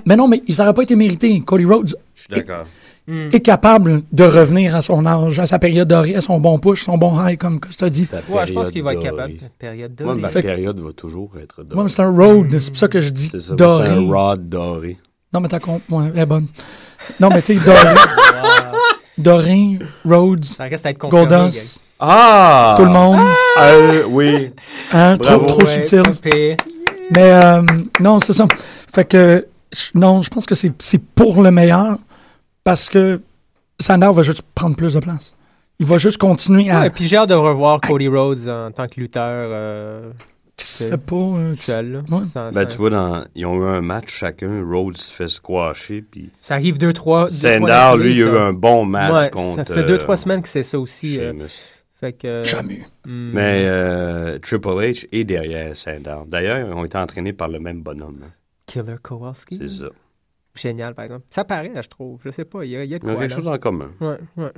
Mais non, mais il n'aurait pas été mérité. Cody Rhodes Je suis d'accord. Mm. est capable de revenir à son âge, à sa période dorée, à son bon push, son bon high, comme tu as dit. Sa Ouais, je période pense qu'il va être dorée. capable. Période Moi, dorée. ma Fait que- période va toujours être dorée. Moi, c'est un road, c'est pour ça que je dis Mm. C'est ça, moi, doré. c'est un rod doré. Non, mais t'as compris. Ouais, elle est bonne. Non, mais tu sais, Doré. Doré, Rhodes, Ça reste à être confirmé. gars. Goldos, Ah! tout le monde. Euh, oui. hein, Bravo. trop trop Ouais, subtil. pas pire. Mais euh, non, c'est ça. Fait que, je- non, je pense que c'est c'est pour le meilleur parce que Sandor va juste prendre plus de place. Il va juste continuer à. Ouais, puis j'ai hâte de revoir Cody Rhodes en tant que lutteur euh, qui se fait pas. euh, qui se- seul. là. Ouais. Sans- Ben, sans- tu vois, dans- ils ont eu un match chacun. Rhodes se fait squasher, puis Ça arrive deux, trois. deux, trois Sandow, d'affilée, lui, il a ça. eu un bon match Ouais, contre. Ça fait deux, euh, trois semaines que c'est ça aussi. euh, Sheamus. fait que, euh, Jamais eu. hmm. Mais euh, Triple H est derrière Sandow. D'ailleurs, ils ont été entraînés par le même bonhomme. hein. Killer Kowalski. C'est ça. Génial, par exemple. Ça paraît, là, je trouve. Je sais pas. Il y a, il y a de Ils ont quoi. quelque là. chose en commun. Ouais, ouais.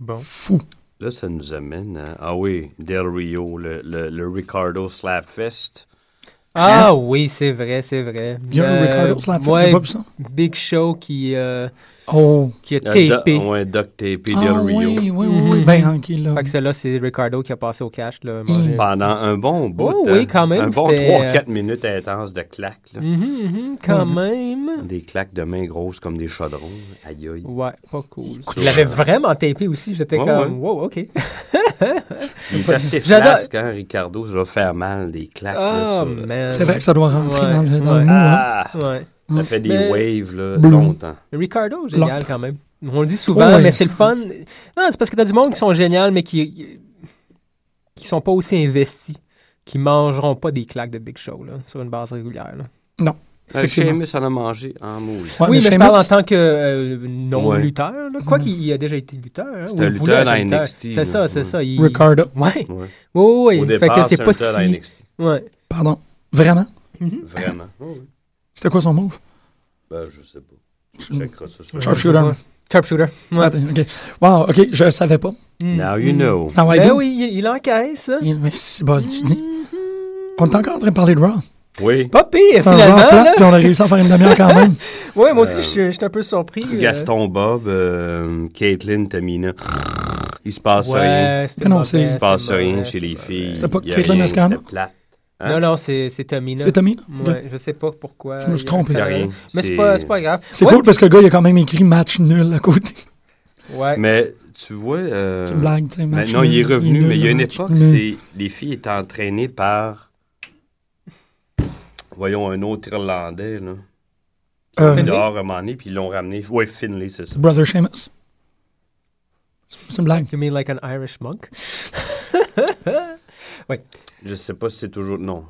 Bon. Fou. Là, ça nous amène à... Ah oui, Del Rio, le, le, le Ricardo Slapfest. Ah oui, c'est vrai, c'est vrai. Hein? Il y a un Euh, Ricardo Slap, ouais, j'ai pas vu ça. Big Show qui, euh, Oh. qui a Euh, tapé. du- ouais, Duct Tapé Ah, Del oui, Rio. oui, oui, Mhm. Ben, hein, qui là. Fait que celle-là, c'est Ricardo qui a passé au cash. Là, Il- manger. Pendant un bon bout. Oh oui, hein. quand même, Un bon c'était- euh, 3-4 minutes intenses de claques. là. Mhm, mhm, quand même. Des claques de mains grosses comme des chaudrons. Aïe aïe. Ouais, pas cool. Écoute, Il l'avait vraiment tapé aussi. J'étais Ouais, comme, wow, OK. Il est assez J'adore- flasque, hein, Ricardo. Ça va faire mal, des claques. là, Oh, ça. man. C'est vrai que ça doit rentrer Ouais, dans le, dans ouais. le mou. hein. Ah! Ouais. Ça fait des Mais- waves, là, Blum. longtemps. Euh, Ricardo, génial L'autre. quand même. On le dit souvent, Ouais. mais c'est le fun. Non, c'est parce que t'as du monde qui sont géniaux, mais qui qui sont pas aussi investis, qui mangeront pas des claques de Big Show là, sur une base régulière. là. Euh, Effectivement. Seamus en a mangé en moule. Ouais, oui, mais, je parle en Sheamus- tant que euh, non-lutteur. là. Quoi Ouais. qu'il a déjà été lutteur. hein, C'était ou il lutteur voulait être dans lutteur. NXT, C'est ça, là. c'est Ouais. ça. Il... Ricardo. Ouais. Ouais. Oui, Au oui. départ, Fait que c'est pas un lutteur à si. NXT. Ouais. Pardon. Vraiment? Vraiment. C'était quoi son move? Euh, Ben, je sais pas. Tu checkeras ça sur- Sharpshooter. Sharpshooter. Ouais. Attends, ok. Wow, ok, je savais pas. Ah Mm. Now you know. Now I Ben do. oui, il, il encaisse. hein. Mais c'est bon, tu dis. On est encore en train de parler de Raw. Oui. Pas pire, C'est un genre finalement. plat, là. puis on a réussi à faire une demi-heure quand même. Ouais, moi aussi, je suis- je suis un peu surpris. euh. Euh, Gaston Bob, euh, Caitlin, Tamina. Il se passe rien. Ouais, c'était Mais Ah non, mauvais, c'est- Il se Il se c'était passe rien mauvais. chez les filles. C'était pas Il y a Caitlyn rien, Escano? C'était plate. Hein? Non, non, c'est c'est Tamina. C'est Tommy. là? Ouais, je sais pas pourquoi. Je me suis il y a trompé. Il y a ça. rien. Mais c'est pas, c'est pas grave. C'est Ouais, Euh, cool parce que le gars, il a quand même écrit match nul à côté. Ouais. Mais tu vois. euh, C'est une blague, ben tu sais. match Maintenant, il est nul, revenu, nul, mais il y a une match époque, nul. c'est les filles étaient entraînées par, voyons, un autre Irlandais, là. Ils Euh, ont mis dehors à un moment donné, puis ils l'ont ramené. Ouais, Finlay, c'est ça. C'est Brother Seamus. C'est une blague. You mean like an Irish monk? Je sais pas si c'est toujours... Non.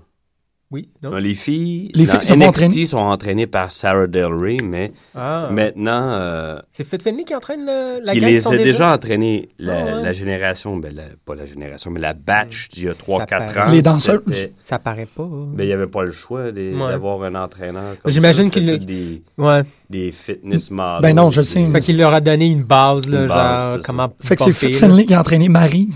Oui, Non, non? les filles, Les dans filles sont NXT entraînées. sont entraînées par Sarah Del Rey, mais Ah. maintenant, euh, C'est Fit Finley qui entraîne le- la qui gang les sont a déjà entraînées, la, Ah ouais. la génération, ben, la- pas la génération, mais la batch d'il y a paraît. 3-4 ans. Les danseuses. c'était- Ça paraît pas. Ben, il n'y avait pas le choix des- Ouais. d'avoir un entraîneur comme J'imagine ça, qu'il c'était le- des- Ouais. des fitness models. Ben non, je le sais. Fait qu'il leur a donné une base, là, Une base, genre, c'est comment. Fait que c'est bumper, Fit là. Finley qui a entraîné Marie.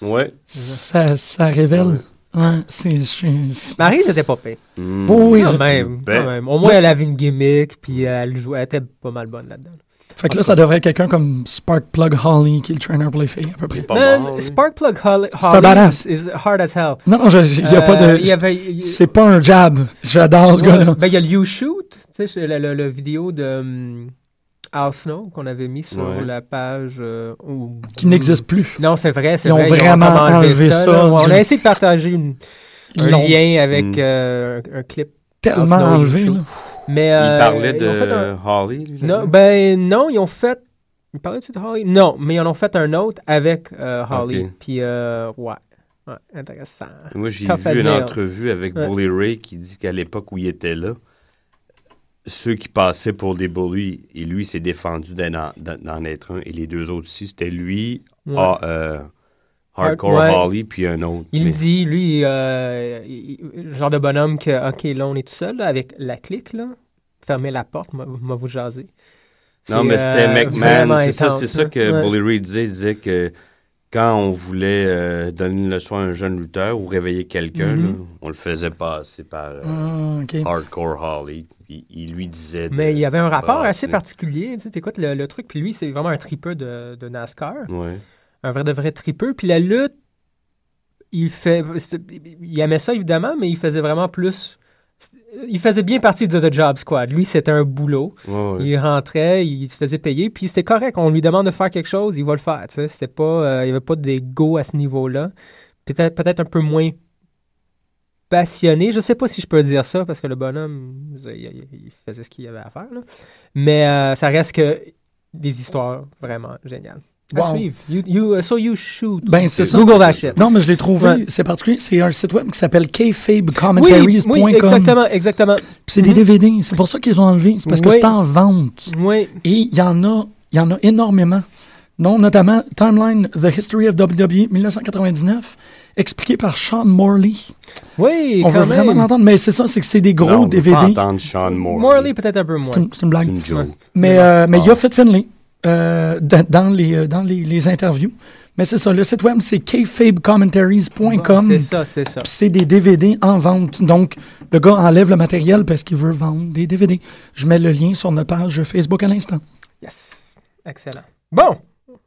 Ouais. Ça, ça révèle. Ouais, c'est. je- Marie, c'était pas pire. Mm. Oui, oui. Quand je- même, Ben. quand même. Au moins, elle avait une gimmick, puis elle jouait, elle était pas mal bonne là-dedans. Fait que là, ça devrait être quelqu'un comme Spark Plug Holly qui est le trainer pour les filles, à peu près. Pas Man, bon, là. Sparkplug Holly, un badass. is, is hard as hell. Non, non, je- je- il n'y a pas Euh, de. il y avait- il- C'est pas un jab. J'adore ce Ouais, gars-là. Ben, il y a le You Shoot, tu sais, c'est le, le- le vidéo de hum, Al Snow qu'on avait mis sur Ouais. la page. euh, où- Qui n'existe plus. Non, c'est vrai, c'est Ils ont vrai. vraiment comme enlevé ça, là. Ouais, on du- a essayé de partager une- Ils un l'ont lien avec Mm. euh, un, un clip. tellement Ah, sinon, il enlevé. joue. là. Mais, Il euh, parlait ils ont fait un- de Harley, lui, là-dedans? Non, ben non, ils ont fait. Ils parlaient de Harley? Non, mais ils en ont fait un autre avec euh, Harley. Ok. Puis, euh, ouais. Ouais, intéressant. Moi, j'ai Tough as vu une nails. entrevue avec Ouais. Bully Ray qui dit qu'à l'époque où il était là, ceux qui passaient pour des bullies, et lui s'est défendu d'en- d'en d'en être un, et les deux autres aussi, c'était lui, Ouais. ah, euh, Hardcore Ouais. Harley, puis un autre. Il Mais- dit, lui, euh, il- il- le genre de bonhomme que, OK, là, on est tout seul, là, avec la clique, là. Fermez la porte, moi, moi, vous jaser. Non, C'est, mais c'était euh, McMahon. vraiment C'est ça, intense, c'est ça là. que Ouais. Bully Ray disait. Il disait que quand on voulait euh, donner une leçon à un jeune lutteur ou réveiller quelqu'un, Mhm. là, on le faisait passer par euh, Ah, Mm. ok. Hardcore Harley. Il, il lui disait. de- Mais il y avait un rapport brasser. assez particulier. Tu sais, t'écoutes le, le truc, puis lui, c'est vraiment un tripeux de, de NASCAR. Ouais. un vrai de vrai tripeux. Puis la lutte, il fait, c'est- il aimait ça évidemment, mais il faisait vraiment plus. Il faisait bien partie de The Job Squad. Lui, c'était un boulot. Ouais, ouais. Il rentrait, il se faisait payer, puis c'était correct. On lui demande de faire quelque chose, il va le faire. tu sais. C'était pas, euh, il n'y avait pas d'ego à ce niveau-là. Peut-être, peut-être un peu moins passionné. Je sais pas si je peux dire ça parce que le bonhomme, il, il- il faisait ce qu'il avait à faire. là. Mais euh, ça reste que des histoires vraiment géniales. À Wow. suivre. You, you- uh, so you shoot. Ben, c'est ça. Google that shit. Non, mais je l'ai trouvé. Ouais. C'est particulier. C'est un site web qui s'appelle Oui, kfabecommentaries.com. oui, exactement, exactement. Puis c'est des DVD. C'est pour ça qu'ils ont enlevé. C'est parce que Oui. c'est en vente. Oui, Et il y en a, il y en a énormément. Non, notamment Timeline The History of E, WWE 1999, expliqué par Sean Morley. oui, On veut quand même. vraiment l'entendre, mais c'est ça, c'est que c'est des gros Non, on veut DVD. Pas entendre Sean Morley. Morley, peut-être un peu moins. C'est une, c'est une blague. C'est une joke. Mais euh, mais il y a Ah. fait Finlay euh, dans, dans les, euh, dans les, les interviews. Mais c'est ça, le site web, c'est kfabecommentaries.com. C'est ça, c'est ça. Puis c'est des DVD en vente. Donc, le gars enlève le matériel parce qu'il veut vendre des DVD. Je mets le lien sur notre page Facebook à l'instant. Ah Yes. Excellent. Bon,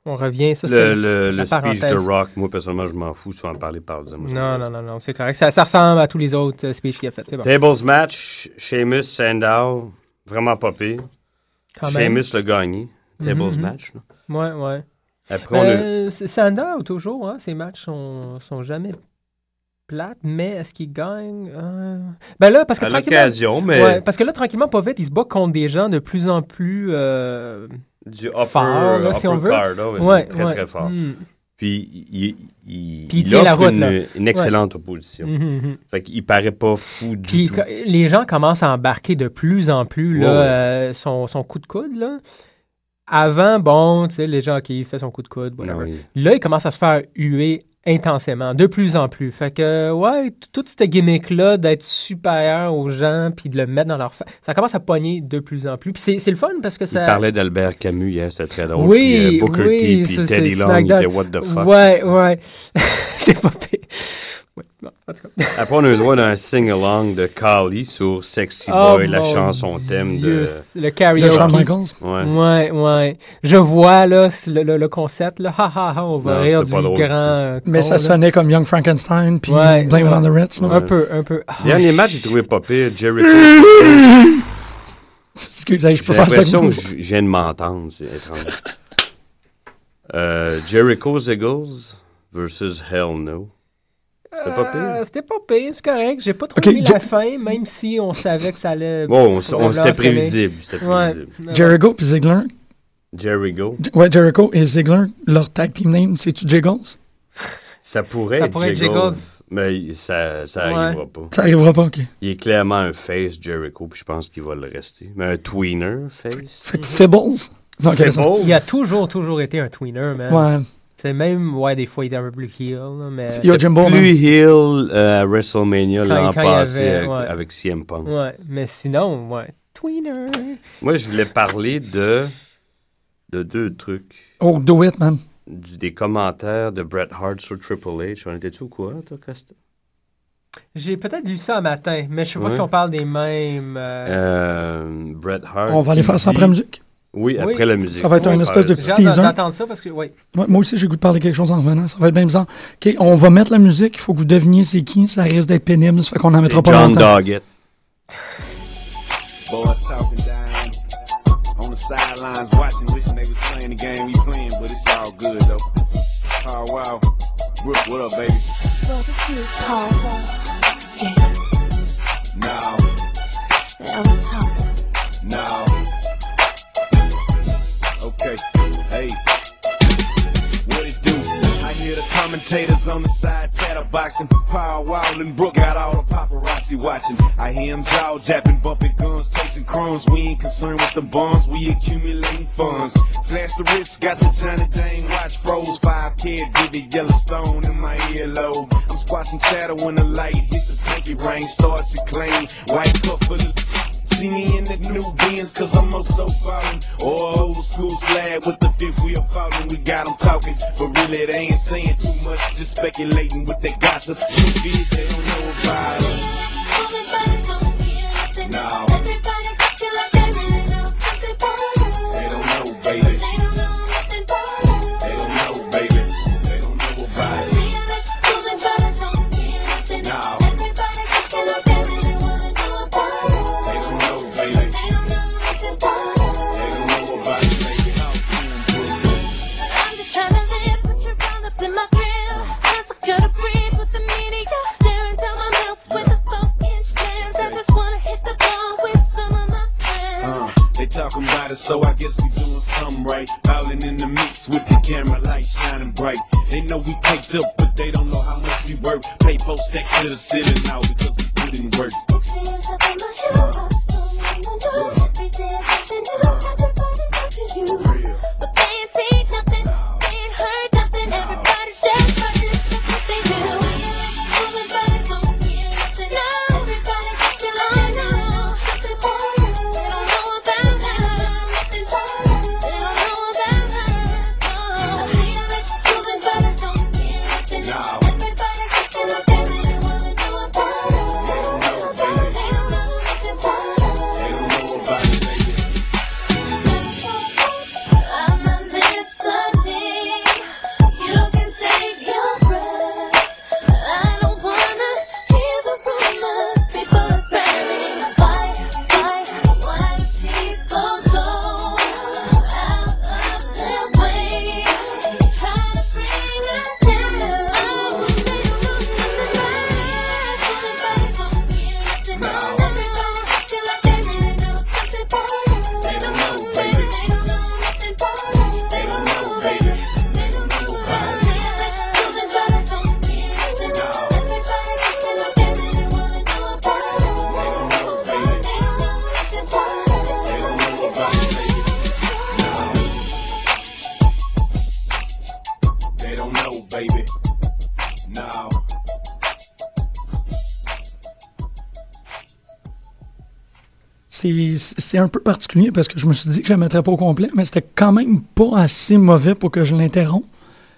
on revient. Ça, Le, c'était... le, la le speech de parenthèse. Rock, moi, personnellement, je m'en fous. Tu vas en parler par exemple. Non, non, non, non, c'est correct. Ça, ça ressemble à tous les autres euh, speeches qu'il a fait. C'est bon. Tables match, Sheamus, Sandow, vraiment pas pire. Quand même. Sheamus l'a gagné. Tables Mhm, mhm. match. là. Ouais, ouais. Après, on a- Euh, c'est- Sandow, toujours, hein, ses matchs sont, sont jamais plates, mais est-ce qu'il gagne Euh, Ben là, parce que à tranquillement. l'occasion, mais Ouais, parce que là, tranquillement, pas vite, il se bat contre des gens de plus en plus. euh, du upper, fort, là, si upper on veut. card, là, il ouais, est très, ouais. très fort. Mm. Puis, il, il, Puis il tient la offre route, une, là. une excellente opposition. Mhm, mhm. Fait qu'il paraît pas fou du Puis tout. quand- les gens commencent à embarquer de plus en plus là, Ouais, ouais. euh, son, son coup de coude. Là. Avant, bon, tu sais, les gens qui font son coup de coude, Non, whatever. il- Là, il commence à se faire huer intensément, de plus en plus. Fait que, ouais, t- toute cette gimmick-là d'être supérieur aux gens puis de le mettre dans leur face, ça commence à pogner de plus en plus. Puis c'est c'est le fun parce que il ça... parlait d'Albert Camus hier, c'était très drôle. Oui, puis, euh, Booker oui, T, puis c'est- Teddy c'est Long, il SmackDown. était what the fuck. Ouais, ouais. C'était pas pire. Ouais, bon, en tout cas. Après, on a eu le droit d'un sing-along de Carly sur Sexy Oh, Boy, la mon chanson thème Dieu, de... c'est Le De Shawn karaoke. Michaels. Ouais. Ouais, ouais. Je vois là, c'est le, le- le concept, là, ha ha ha, on va Non, rire c'était du pas drôle, grand. c'était- euh, Mais con, ça là. sonnait comme Young Frankenstein, puis Ouais, Blame ouais. It on the Ritz. non? Un peu, un peu. Ah, Dernier match, j'ai trouvé pas pire. Jericho. Excusez, je peux J'ai faire ça. l'impression que je je viens de m'entendre, c'est étrange. Euh, Jericho's Eagles versus Hell No. C'était pas pire. euh, C'était pas pire, c'est correct. J'ai pas trop Ok, aimé Je- la fin, même si on savait que ça allait. Bon, on, s- on- probablement c'était finir. prévisible. C'était Ouais. prévisible. Jericho puis Ziggler. Jericho. J- Ouais, Jericho et Ziggler, leur tag team name, c'est-tu Jiggles? Ça pourrait Ça être pourrait être Jiggles, Jiggles. mais il- ça, ça Ouais. arrivera pas. Ça arrivera pas, ok. Il est clairement un face, Jericho, puis je pense qu'il va le rester. Mais un tweener face. Fait que Fibbles. Non, quel C'est beau. Il a toujours, toujours été un tweener, man. Ouais. C'est même, ouais, des fois, il était un peu plus heel, là, mais. Il y a Jimbo, Euh, Plus man. heel euh, à WrestleMania hein. Quand- l'an quand il passé avait- avec, ouais. avec CM Punk. Ouais, mais sinon, ouais. Tweener. Moi, je voulais parler de, de deux trucs. Oh, do it, man. du- des commentaires de Bret Hart sur Triple H. On était-tu au courant, toi, Costa? J'ai peut-être lu ça un matin, mais je sais pas Ouais. si on parle des mêmes. euh, Euh, Bret Hart. On va aller il faire ça dit- après musique. Oui, Oui. après la musique. Ça va être On une parle espèce de ça. J'ai hâte teaser. d'entendre ça parce que, oui. Moi, moi aussi, j'ai le goût de parler quelque chose en revenant. Ça va être bien bizarre. OK, on va mettre la musique. Il faut que vous deviniez c'est qui. Ça risque d'être pénible. Ça fait qu'on n'en mettra pas John longtemps. Doggett. Boys talking down on the sidelines, watching which niggas playing the game we playing, but it's all good though. Carl Wow, Brooke, what up, baby? Now, now, okay, hey. What it do? I hear the commentators on the side chatterboxing. Power Wild and Brooke got all the paparazzi watching. I hear them jaw japping, bumping guns, chasing crumbs. We ain't concerned with the bonds, we accumulating funds. Flash the wrist, got the Johnny Dane watch froze. Five kid, give it Yellowstone in my earlobe. I'm squashing chatter when the light hits the pinky ring, starts to claim. White cup for the See me in the new beans, cause I'm up so fallen. Or old school slab with the fifth wheel falling. We got 'em talking, but really they ain't saying too much, just speculating with their gossip. Truth is, they don't know about it. No. They don't know, baby. They don't know, baby. They don't know about it. No. They don't know, baby. They don't know about it, baby. Uh, they talking about it, so I guess we doing something right. Bowling in the mix with the camera light shining bright. They know we caked up, but they don't know how much we work. Pay post that to the ceiling now because we put in work. They don't know about it, baby. They don't know, baby. No. C'est c'est un peu particulier parce que je me suis dit que je ne la mettrais pas au complet, mais c'était quand même pas assez mauvais pour que je l'interrompe.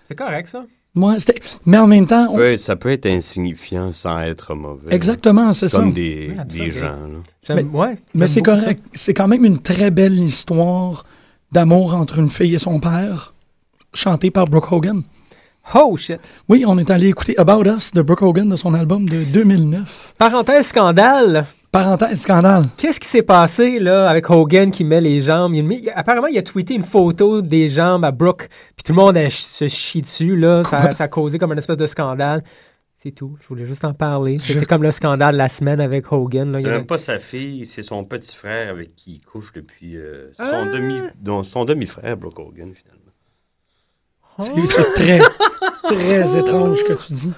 C'est correct, ça. Moi, c'était- mais en même temps, on- Ouais, ça peut être insignifiant sans être mauvais. exactement, c'est C'est ça. comme des, Oui, des absolument. gens. là. J'aime, ouais. Mais j'aime c'est beaucoup ça. correct. C'est quand même une très belle histoire d'amour entre une fille et son père, chantée par Brooke Hogan. Oh shit. Oui, on est allé écouter About Us de Brooke Hogan de son album de 2009. Parenthèse scandale. Parenthèse scandale. Qu'est-ce qui s'est passé là avec Hogan qui met les jambes Il met- il- Apparemment, il a tweeté une photo des jambes à Brooke, puis tout le monde a ch- se chie dessus là. Ça, ça a causé comme une espèce de scandale. C'est tout. Je voulais juste en parler. C'était Je- comme le scandale de la semaine avec Hogan. Là. Il C'est y avait- même pas sa fille, c'est son petit frère avec qui il couche depuis euh, son demi dont son demi-frère Brooke Hogan finalement. Oh. C'est c'est très, très étrange ce que tu dis.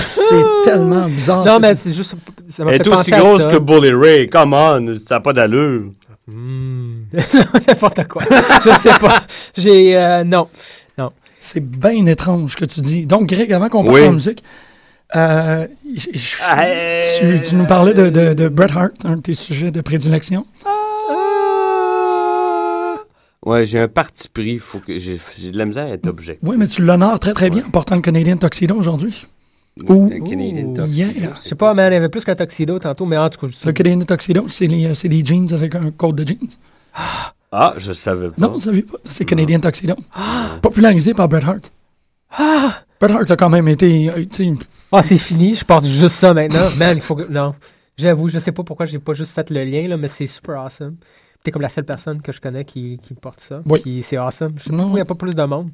C'est tellement bizarre. Non, ce que mais tu dis. c'est juste. Ça m'a Elle fait est aussi penser à grosse ça. que Bully Ray, come on, ça n'a pas d'allure. Hmm. N'importe quoi. Je sais pas. J'ai. euh, non. c'est bien étrange ce que tu dis. Donc, Greg, avant qu'on parle Oui. en musique, euh, je- je- tu, tu nous parlais de, de, de Bret Hart, un de tes sujets de prédilection. Ah! Ouais, j'ai un parti pris, faut que j'ai j'ai de la misère à être objectif. Oui, mais tu l'honores très, très bien en portant le Canadian Tuxedo aujourd'hui. Ouh. Un Canadian Ouh, Tuxedo, yeah. c'est Je sais pas, man. Il y avait plus qu'un tuxedo tantôt, mais en tout cas, je Le Canadian Tuxedo, c'est les, euh, c'est les jeans avec un code de jeans. Ah, je savais pas. Non, vous ne saviez pas. C'est Canadian Tuxedo. Ah. Popularisé par Bret Hart. Bret Hart a quand même été. euh, tu sais, Ah, c'est fini, je porte juste ça maintenant. Man, il faut que. Non. J'avoue, je sais pas pourquoi j'ai pas juste fait le lien, là, mais c'est super awesome. T'es comme la seule personne que je connais qui, qui porte ça. Oui. Puis c'est awesome. Je sais Non. pas pourquoi il n'y a pas plus de monde.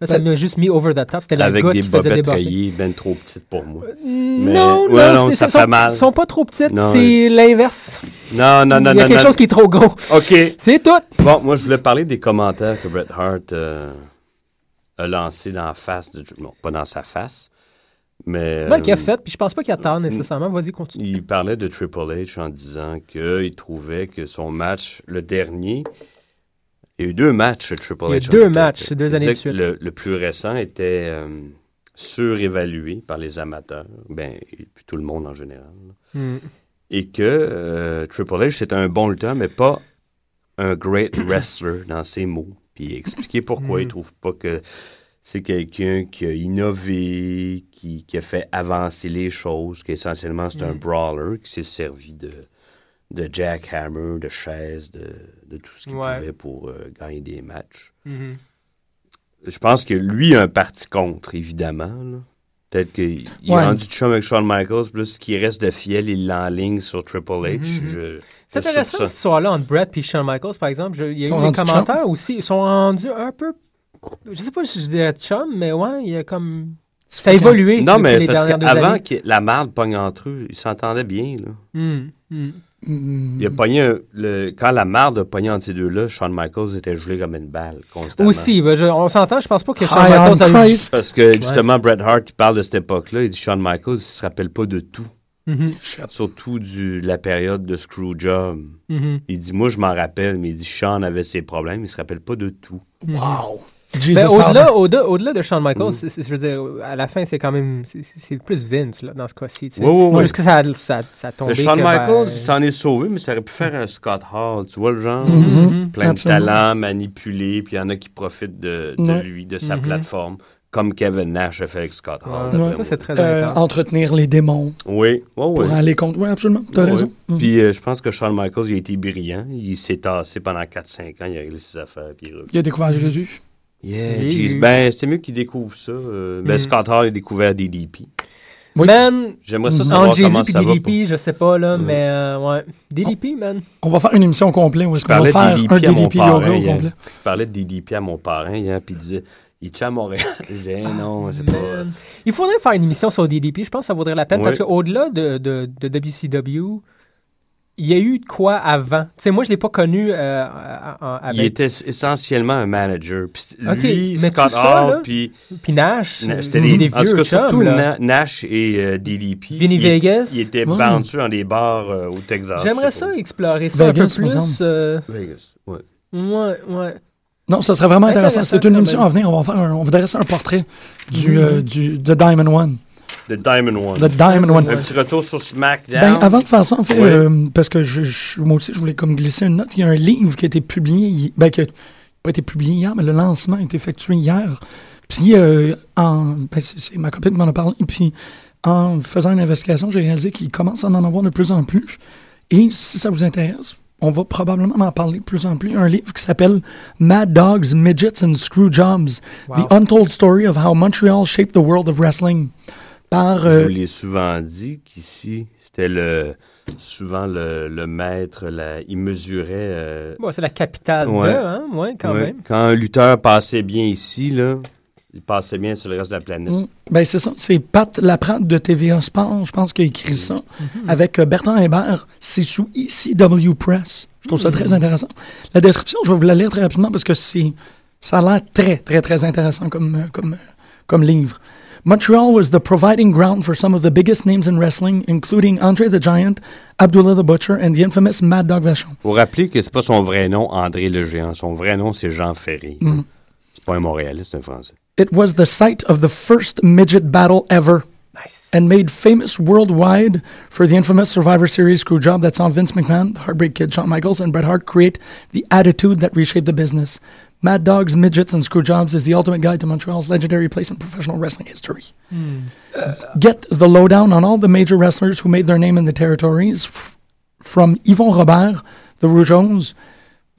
Là, ça Ben- m'a juste mis over the top. C'était le Avec gars des qui faisait Euh, des bobettes bobettes. rayées, ben trop petites pour moi. Mais- Non, non, Ouais, non, c'est- ça sont, fait mal. sont pas trop petites, Non, c'est l'inverse. Non, non, non, non. Il y a quelque non. chose qui est trop gros. OK. C'est tout. Bon, moi, je voulais parler des commentaires que Bret Hart euh, a lancés dans la face de. Bon, pas dans sa face, mais. Ben, qu'il a euh, fait, puis je pense pas qu'il attend nécessairement. Vas-y, continue. Il parlait de Triple H en disant qu'il trouvait que son match, le dernier, il y a eu deux matchs Triple H. Il y a en deux Undertaker. matchs, c'est deux Il années disait de suite. que Le, le plus récent était euh, surévalué par les amateurs, ben, et puis tout le monde en général. là. Mm, Hmm. Et que euh, Triple H, c'était un bon lutteur, mais pas un great wrestler dans ses mots. Puis expliquer pourquoi il trouve pas que c'est quelqu'un qui a innové, qui, qui a fait avancer les choses, qu'essentiellement c'est un brawler qui s'est servi de, de jackhammer, de chaises, de, de tout ce qu'il Ouais. pouvait pour euh, gagner des matchs. mm. Mhm. Je pense que lui a un parti contre, évidemment. là. Peut-être qu'il il Ouais. est rendu chum avec Shawn Michaels, plus ce qui reste de fiel, il l'enligne sur Triple H. Je- Mhm. C'est je intéressant trouve cette histoire-là entre Brett et Shawn Michaels, par exemple. Je- il y a Ils sont eu des rendus commentaires aussi. Ils sont rendus un peu. Je sais pas si je dirais chum, mais ouais, il y a comme. Ça a évolué. Non, depuis mais les parce dernières deux qu'avant années. que la marde pogne entre eux, ils s'entendaient bien. Là. Hum, hum. mm, Il a pogné un- le, quand la marde a pogné entre ces deux-là, Shawn Michaels était gelé comme une balle constamment. Aussi, ben, je- on s'entend, je pense pas que Shawn High on Michaels a eu. Christ. Parce que justement, Bret Hart, il parle de cette époque-là, il dit Shawn Michaels, il se rappelle pas de tout. Mhm, Surtout de la période de Screwjob. mhm. Il dit, moi, je m'en rappelle, mais il dit, Sean avait ses problèmes, il se rappelle pas de tout. Wow. Jesus Ben, Power. au-delà, au-delà, au-delà de Shawn Mm. Michaels, c'est- c'est- je veux dire, à la fin, c'est quand même. c'est- C'est plus Vince, là, dans ce cas-ci. tu sais. Oui, oui, oui. Juste que ça, a- ça, ça a tombé. Le Shawn que Michaels, vers- il s'en est sauvé, mais ça aurait pu faire un Scott Hall, tu vois le genre? Mm-hmm. Mhm. Plein Absolument. de talent, manipulé, puis il y en a qui profitent de, de Ouais. lui, de sa Mhm. plateforme, comme Kevin Nash a fait avec Scott Hall. Ouais, d'après Ouais. moi. Ça, c'est très Euh, intense. entretenir les démons Oui, oui, oui. pour aller contre. Oui, absolument. T'as Oui. raison. Mm. Puis euh, je pense que Shawn Michaels, il a été brillant. Il s'est tassé pendant 4-5 ans, il a réglé ses affaires, puis il est revenu. Il a découvert Jésus. Yeah, Yeah. jeez. Ben, c'est mieux qu'il découvre ça. euh, Mm. ben, Mhm. Scott Hall a découvert DDP. Oui. Man, J'aimerais Mm. ça savoir Ah, Entre Jésus comment puis ça va. DDP, pour- Oh. je sais pas, là, Mhm. mais euh, ouais. DDP, man. On va faire une émission complète où est-ce Je qu'on va parlais faire de un DDP à mon DDP hein, parrain. yoga au hier. complet. Je parlais de DDP à mon parrain hier, puis il disait « Il tu à Montréal? » Je disais Eh Non, Ah, c'est pas... Man. Il faudrait faire une émission sur DDP, je pense que ça vaudrait la peine, Ouais. parce qu'au-delà de, de, de WCW, il y a eu de quoi avant. Tu sais, moi, je l'ai pas connu euh, à- à- ah, ben. Il avec était essentiellement un manager. Puis c'est- Ok, lui, mais Scott tout ça, là, Hall, puis... puis Nash. Na- euh, C'était des, des, en tout vieux cas, surtout chums, là. Na- Nash et euh, DDP. Vinny il- Vegas. Il était Ouais. bouncer dans des bars euh, au Texas. J'aimerais je sais ça pas. explorer ça un peu Vegas, me semble. plus. euh, Vegas, ouais. ouais, ouais. Non, ça serait vraiment intéressant. Intéressant, C'est une quand émission même. à venir. On va faire un, on va dresser un portrait du, Mhm. euh, du, de Diamond One. The Diamond One. De Diamond One. Un petit retour sur SmackDown. Ben, avant de faire ça, en fait, Oui. euh, parce que je, je- moi aussi, je voulais comme glisser une note. Il y a un livre qui a été publié, hi- ben, qui n'a pas été publié hier, mais le lancement a été effectué hier. Puis, euh, en, ben, c'est, c'est ma copine qui m'en a parlé. Puis, en faisant une investigation, j'ai réalisé qu'il commence à en avoir de plus en plus. Et si ça vous intéresse, on va probablement en parler de plus en plus. Un livre qui s'appelle Mad Dogs, Midgets and Screwjobs Wow. The Untold Story of How Montreal Shaped the World of Wrestling. Par. Je euh, vous l'ai souvent dit qu'ici, c'était le souvent le, le maître, la- il mesurait... euh, Bon, c'est la capitale Ouais. de, hein, ouais, quand ouais, même. quand un lutteur passait bien ici, là, il passait bien sur le reste de la planète. Mm. Ben, c'est ça. C'est Pat Laprade de TVA Sport, je pense, qui a écrit ça. Avec euh, Bertrand Hébert. C'est sous ECW Press. Je trouve ça très intéressant. La description, je vais vous la lire très rapidement parce que c'est, ça a l'air très, très, très intéressant comme, euh, comme, euh, comme livre. Montreal was the providing ground for some of the biggest names in wrestling, including Andre the Giant, Abdullah the Butcher, and the infamous Mad Dog Vachon. Faut rappeler que c'est pas son vrai nom, André le Géant. Son vrai nom, c'est Jean Ferry. Mm. C'est pas un Montréalais, c'est un Français. It was the site of the first midget battle ever. Nice. and made famous worldwide for the infamous Survivor Series screw job that saw Vince McMahon, the Heartbreak Kid, Shawn Michaels, and Bret Hart create the attitude that reshaped the business. Mad Dogs, Midgets, and Screwjobs is the ultimate guide to Montreal's legendary place in professional wrestling history. Uh, get the lowdown on all the major wrestlers who made their name in the territories, f- from Yvon Robert, the Rougeons,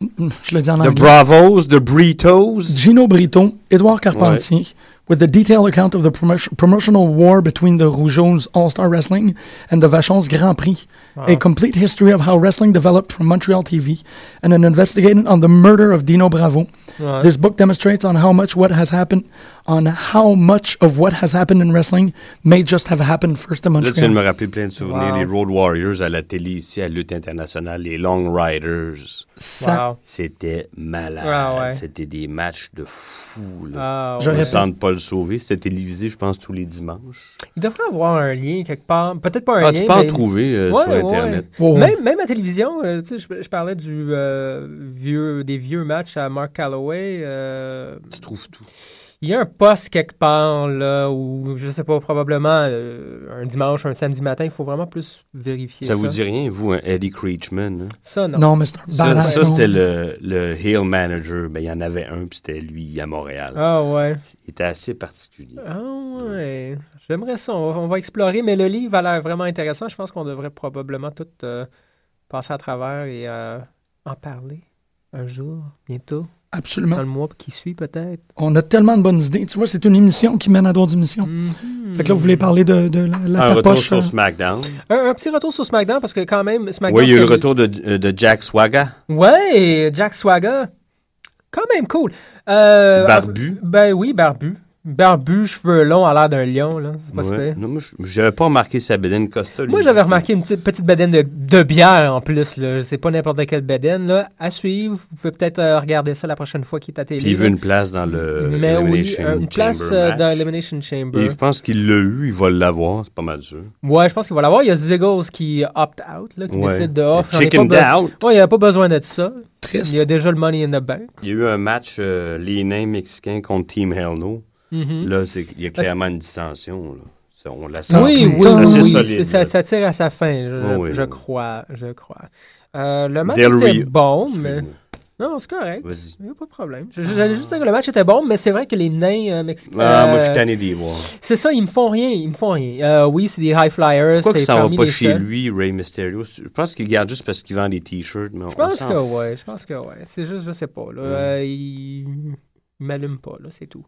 je le dis en The anglais. Bravos, The Britos. Gino Brito, Édouard Carpentier, with the detailed account of the promotion- promotional war between the Rougeau's All-Star Wrestling and the Vachon's Grand Prix, Ah. a complete history of how wrestling developed from Montreal TV, and an investigation on the murder of Dino Bravo. Ouais. This book demonstrates on how much what has happened, on how much of what has happened in wrestling may just have happened first in Là, tu viens de Montreal. me rappeler plein de souvenirs. Wow. Les Road Warriors à la télé ici à Lutte Internationale, les Long Riders. Ça, Wow. C'était malade. Ah ouais. C'était des matchs de fou. Là. Ah, Je ouais. répète. Sans ne pas le sauver. C'était télévisé, je pense, tous les dimanches. Il devrait avoir un lien quelque part. Peut-être pas un Ah, lien. tu peux en mais- trouver euh, Ouais, sur ouais, Internet. ouais. Wow. Même, même à télévision, euh, tu sais, je, je parlais du, euh, vieux, des vieux matchs à Mark Calloway. euh, Tu trouves tout. il y a un poste quelque part, là, où, je sais pas, probablement euh, un dimanche, un samedi matin, il faut vraiment plus vérifier ça. Ça vous dit rien, vous, un Eddie Creechman? hein? Ça, bah, non. non, mais c'est un Ça, badass ça, nom. c'était le, le Hill Manager. Ben, il y en avait un, puis c'était lui à Montréal. Ah ouais. Il était assez particulier. Ah ouais. J'aimerais ça. On va, on va explorer, mais le livre a l'air vraiment intéressant. Je pense qu'on devrait probablement tout euh, passer à travers et euh, en parler un jour, bientôt, Absolument. dans le mois qui suit peut-être. On a tellement de bonnes idées. Tu vois, c'est une émission qui mène à d'autres émissions. Mhm. Fait que là, vous voulez parler de, de la, la un Ah, retour tapoche, euh, sur SmackDown. un, un petit retour sur SmackDown parce que quand même SmackDown. oui, il y a eu le c'est- retour de, euh, de Jack Swaga. Ouais, Jack Swaga. Quand même cool. Euh, Barbu. ah, Ben oui, barbu. Barbu, cheveux longs, à l'air d'un lion là. C'est pas Ouais. super. Non, moi, je- j'avais pas remarqué sa bédaine Costa. lui. Moi, j'avais remarqué une petite, petite bedaine de, de bière en plus. Là. C'est pas n'importe quelle bedaine. Là. À suivre, vous pouvez peut-être euh, regarder ça la prochaine fois qu'il est à télé. Puis il là. veut une place dans le Mais oui, Elimination euh, une place Chamber euh, match. dans l'Elimination Chamber. Et je pense qu'il l'a eu, il va l'avoir, c'est pas mal sûr. Ouais, je pense qu'il va l'avoir. Il y a Ziggles qui opt out, là, qui Ouais. décide de off. j'en ai Chicken pas Down. be- Ouais, il n'y a pas besoin de ça. triste. Il y a déjà le Money in the Bank. Il y a eu un match, euh, les nains mexicains contre Team Hell No. Mhm. Là, c'est- il y a clairement une dissension. Là. Ça, on la sent. Oui, oui, Ah, C'est assez oui, oui. solide, C'est- ça, là. ça tire à sa fin, je, Oh, oui, je oui. crois. Je crois. Euh, le match Del était Rio. bon, mais... Excuse-moi. Non, c'est correct. Vas-y. Il n'y a pas de problème. Je- je- J'allais juste dire que le match était bon, mais c'est vrai que les nains euh, mexicains. Ah, moi, je euh, suis tanné d'y voir. C'est ça, ils me font rien. Ils me font rien. Euh, oui, c'est des high flyers. Pourquoi que c'est ça va parmi pas les chez seuls. lui, Ray Mysterio? Je pense qu'il garde juste parce qu'il vend des t-shirts. mais on- Je pense on s'en que fout. ouais. Je pense que ouais. C'est juste, je sais pas. Là, euh, ils ils m'allument pas, là, c'est tout.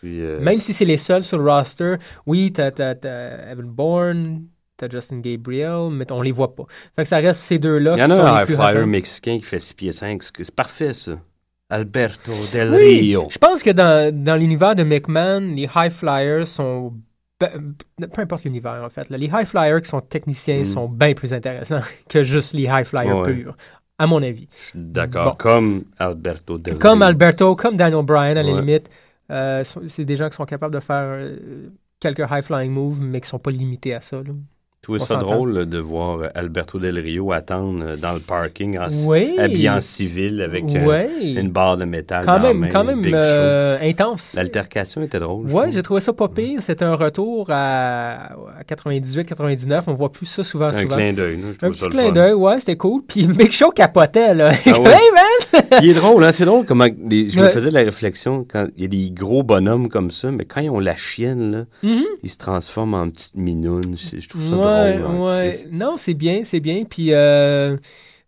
Puis, euh, Même si c'est les seuls sur le roster, oui, t'as t'as- t'as Evan Bourne, t'as Justin Gabriel, mais on les voit pas. Fait que ça reste ces deux-là Il qui y en sont a un les high plus flyer rapides. mexicain qui fait 6 pieds 5. C'est parfait, ça. Alberto Del Oui, Rio. Je pense que dans, dans l'univers de McMahon, les High Flyers sont. ben- Peu importe l'univers, en fait. là. Les High Flyers qui sont techniciens Mm. sont bien plus intéressants que juste les High Flyers Ouais. purs, à mon avis. Je suis d'accord. Bon. Comme Alberto Del Rio. Comme Alberto, comme Daniel Bryan, à la Ouais. limite, euh, sont- c'est des gens qui sont capables de faire euh, quelques High Flying Moves, mais qui sont pas limités à ça. là. Tout on ça s'entend. drôle là, de voir euh, Alberto Del Rio attendre euh, dans le parking en ci- Oui. habillé en civil avec euh, Ouais. une barre de métal. Quand dans la même, main, quand même Big Show. euh, intense. L'altercation était drôle. je Ouais, trouve. j'ai trouvé ça pas pire. C'est un retour à, 98-99. On voit plus ça souvent, Un souvent. clin d'œil. là, je Un trouve ça petit le clin fun. d'œil, ouais, c'était cool. Puis Big Show capotait, là. Ah ouais. Hey, man! Il est drôle, hein? C'est drôle comment des- je me Ouais. faisais de la réflexion quand il y a des gros bonhommes comme ça, mais quand ils ont la chienne, là, Mhm. ils se transforment en petite minoune. Je je trouve ça Ouais, drôle. hein, ouais. Christ. Non, c'est bien, c'est bien. Puis, euh,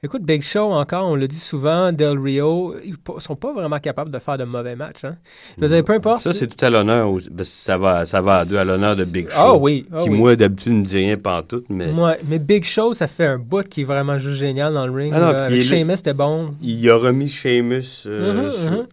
écoute, Big Show, encore, on le dit souvent, Del Rio, ils po- sont pas vraiment capables de faire de mauvais matchs. Hein. Je veux dire, peu importe. Ça, c'est tout à l'honneur. aux- parce que Ça va, ça va à deux à l'honneur de Big Show. Ah oui, ah qui, oui. moi, d'habitude, ne dit rien pantoute, mais Ouais, mais Big Show, ça fait un bout qui est vraiment juste génial dans le ring. Ah non, là. puis Avec il est- Sheamus, c'était bon. il a remis Sheamus euh, Mhm, sur- mhm.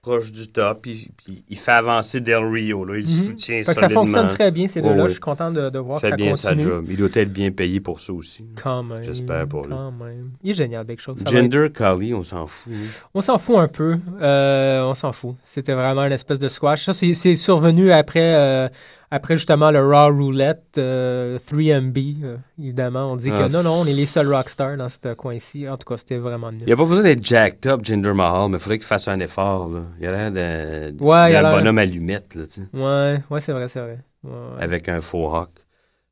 proche du top. Puis, puis il fait avancer Del Rio. Là, il Mhm. soutient Fait que ça solidement. fonctionne très bien, ces Ouais, deux-là. ouais. Je suis content de, de voir fait que ça bien sa continue. job. Il doit être bien payé pour ça aussi. Quand même. J'espère pour lui. Quand même. Il est génial, Big Show. Ça va être- Gender Kali, on s'en fout. hein. On s'en fout un peu. Euh, on s'en fout. C'était vraiment une espèce de squash. Ça, c'est c'est survenu après, euh, après justement le Raw Roulette euh, 3MB. euh, évidemment, on dit Ah. que non, non, on est les seuls rockstars dans ce coin-ci. En tout cas, c'était vraiment Il nul. n'y a pas besoin d'être jacked up, Jinder Mahal, mais il faudrait qu'il fasse un effort. Là. Il a l'air d'un Ouais, il a d'un l'air- bonhomme allumette, là, tu sais, Ouais, ouais, c'est vrai, c'est vrai. Ouais, ouais. avec un faux rock.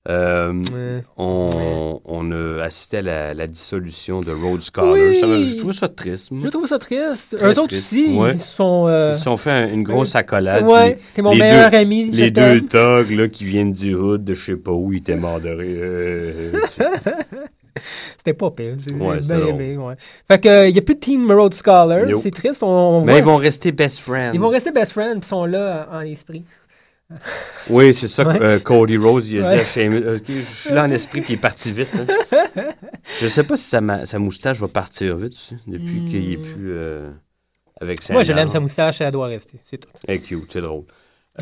Euh, Ouais. on, on a assisté à la, la dissolution de Rhodes Scholar. Oui! Ça me- je trouve ça triste. moi. Je trouve ça triste. Très Eux autres triste. aussi, Ouais. ils sont. euh, Ils se sont fait un- une grosse accolade. ouais, puis t'es mon les meilleur deux- ami. je Les t'aime. deux thugs là, qui viennent du hood, de je sais pas où, ils étaient morts de rire. Euh, C'était pas pire. J'ai Ouais, j'ai c'était bien drôle. aimé. Ouais. Fait que, il n'y a plus de Team Road Scholar. Nope. C'est triste. On, on Mais voit- ils vont rester best friends. ils vont rester best friends puis sont là en, en esprit. Oui, c'est ça que Ouais. euh, Cody Rose il a Ouais. dit à Sheamus. Euh, ok, je suis là en esprit puis il est parti vite. hein. je sais pas si sa, ma- sa moustache va partir vite, tu sais, depuis qu'il est plus euh, avec sa Hmm. Moi, je l'aime, sa moustache, elle doit rester. C'est tout. Elle est cute, c'est drôle.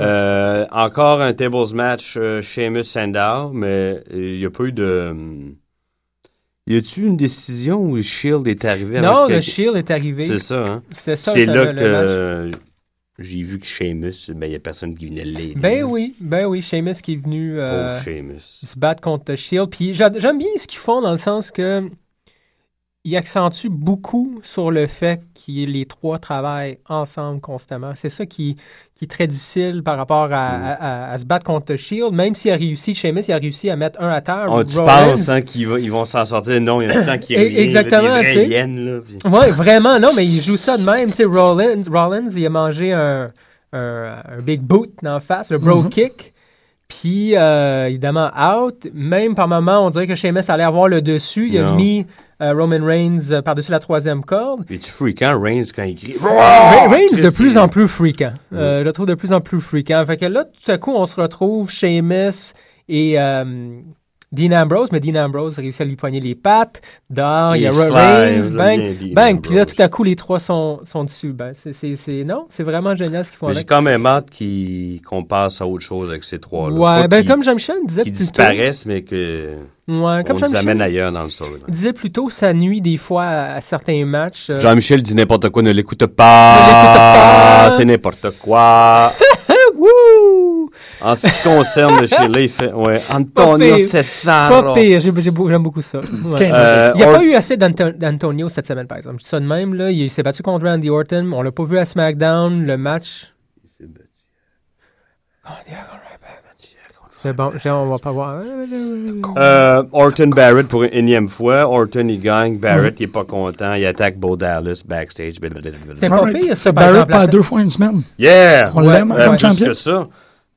Euh, encore un tables match euh, Sheamus Sandow, mais euh, il n'y a pas eu de. hum, Y a-tu une décision où Shield est arrivé non, avec le quelqu'un? Shield est arrivé. C'est ça, hein? C'est ça, C'est ça, là le- que le match. euh, j'ai vu que Sheamus, ben, il n'y a personne qui venait l'aider. Ben oui, ben oui, Sheamus qui est venu Pauvre euh, Sheamus. se battre contre The Shield. Puis j'a- j'aime bien ce qu'ils font dans le sens que ils accentuent beaucoup sur le fait que les trois travaillent ensemble constamment. C'est ça qui, qui est très difficile par rapport à, Mm. à- à- à se battre contre The Shield. Même s'il a réussi, Sheamus, il a réussi à mettre un à terre. Oh, tu Ah, Rollins. penses hein, qu'ils va- ils vont s'en sortir? Non, il y en a tant qui Et- rien. exactement, Là, des tu sais. vrais hyènes, là, puis- Ouais, vraiment, non, mais il joue ça de même. Tu sais, Rollins, Rollins, il a mangé un, un, un big boot dans la face, le bro kick. Puis, euh, évidemment, out. Même par moment, on dirait que Sheamus allait avoir le dessus. Il a Non. mis euh, Roman Reigns euh, par-dessus la troisième corde. Et tu freakant, Reigns, quand il crie. Re- Reigns de Christ, plus il- en plus fréquent. Euh, je le trouve de plus en plus fréquent. Fait que là, tout à coup, on se retrouve Sheamus et euh, Dean Ambrose, mais Dean Ambrose réussit à lui poigner les pattes. Dard, il y a Il Re- slide, là, Reigns, bang, bien Dean bang. Puis là, Ambrose. tout à coup, les trois sont, sont dessus. Ben, c'est, c'est, c'est- non, c'est vraiment génial ce qu'ils font Mais j'ai avec. quand même hâte qu'ils- qu'on passe à autre chose avec ces trois-là. Pas Ouais, ben qu'ils- comme Jean-Michel disait qu'ils plus tôt, disparaissent, mais que ouais, comme on les amène Jean-Michel ailleurs dans le storyline. disait plus tôt, ça nuit des fois à, à certains matchs. euh, Jean-Michel dit n'importe quoi, ne l'écoute Ne pas. l'écoute pas. C'est n'importe quoi. wouh! en ce qui concerne le Chile, il fait ouais, Pas Antonio pire. Cesaro. Pas pire, j'ai- j'ai beau- j'aime beaucoup ça. Ouais. Euh, Il n'y a on- pas eu assez d'Anto- d'Antonio cette semaine, par exemple. Je dis ça de même, là. Il s'est battu contre Randy Orton. On l'a pas vu à SmackDown, le match. C'est bon, j'ai- on va pas voir. Euh, Orton Barrett pour une énième fois. Orton, il Mm-hmm. gagne. Barrett, il est pas content. Il attaque Bo Dallas backstage. blablabla. C'est pas pire, ça, par Barrett exemple. perd deux fois une semaine. Yeah! On Ouais, l'aime Euh, comme ouais. plus champion. que ça,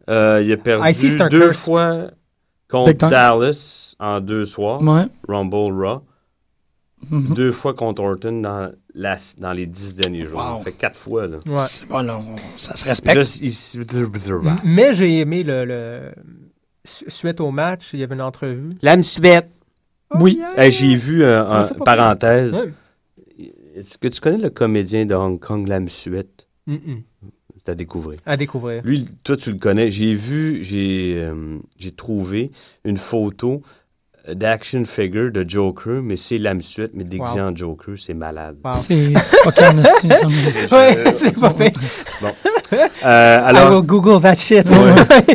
euh, il a perdu I see, Ah, c'est un deux curse. fois Big contre time. Dallas en deux soirs, Ouais. Rumble Raw. Mm-hmm. Mhm. Deux fois contre Orton dans, la- dans les dix derniers jours. Wow. Ça fait quatre fois. Là. Ouais. C'est- bon, là, on- ça se respecte. Juste ici- Mais j'ai aimé le, le- su- Suite au match, il y avait une entrevue. L'âme suette. Oui. Hey, J'ai vu, euh, Non, en c'est pas parenthèse, Ouais. est-ce que tu connais le comédien de Hong Kong, l'âme suette? Mm-mm. C'est à découvrir. À découvrir. Lui, toi, tu le connais. J'ai vu, j'ai euh, j'ai trouvé une photo euh, d'action figure de Joker, mais c'est l'âme suite, mais déguisé Wow. en Joker, c'est malade. Wow. C'est fucking esti, ça me- Ouais, c'est pas pire. Euh, I alors, will Google that shit.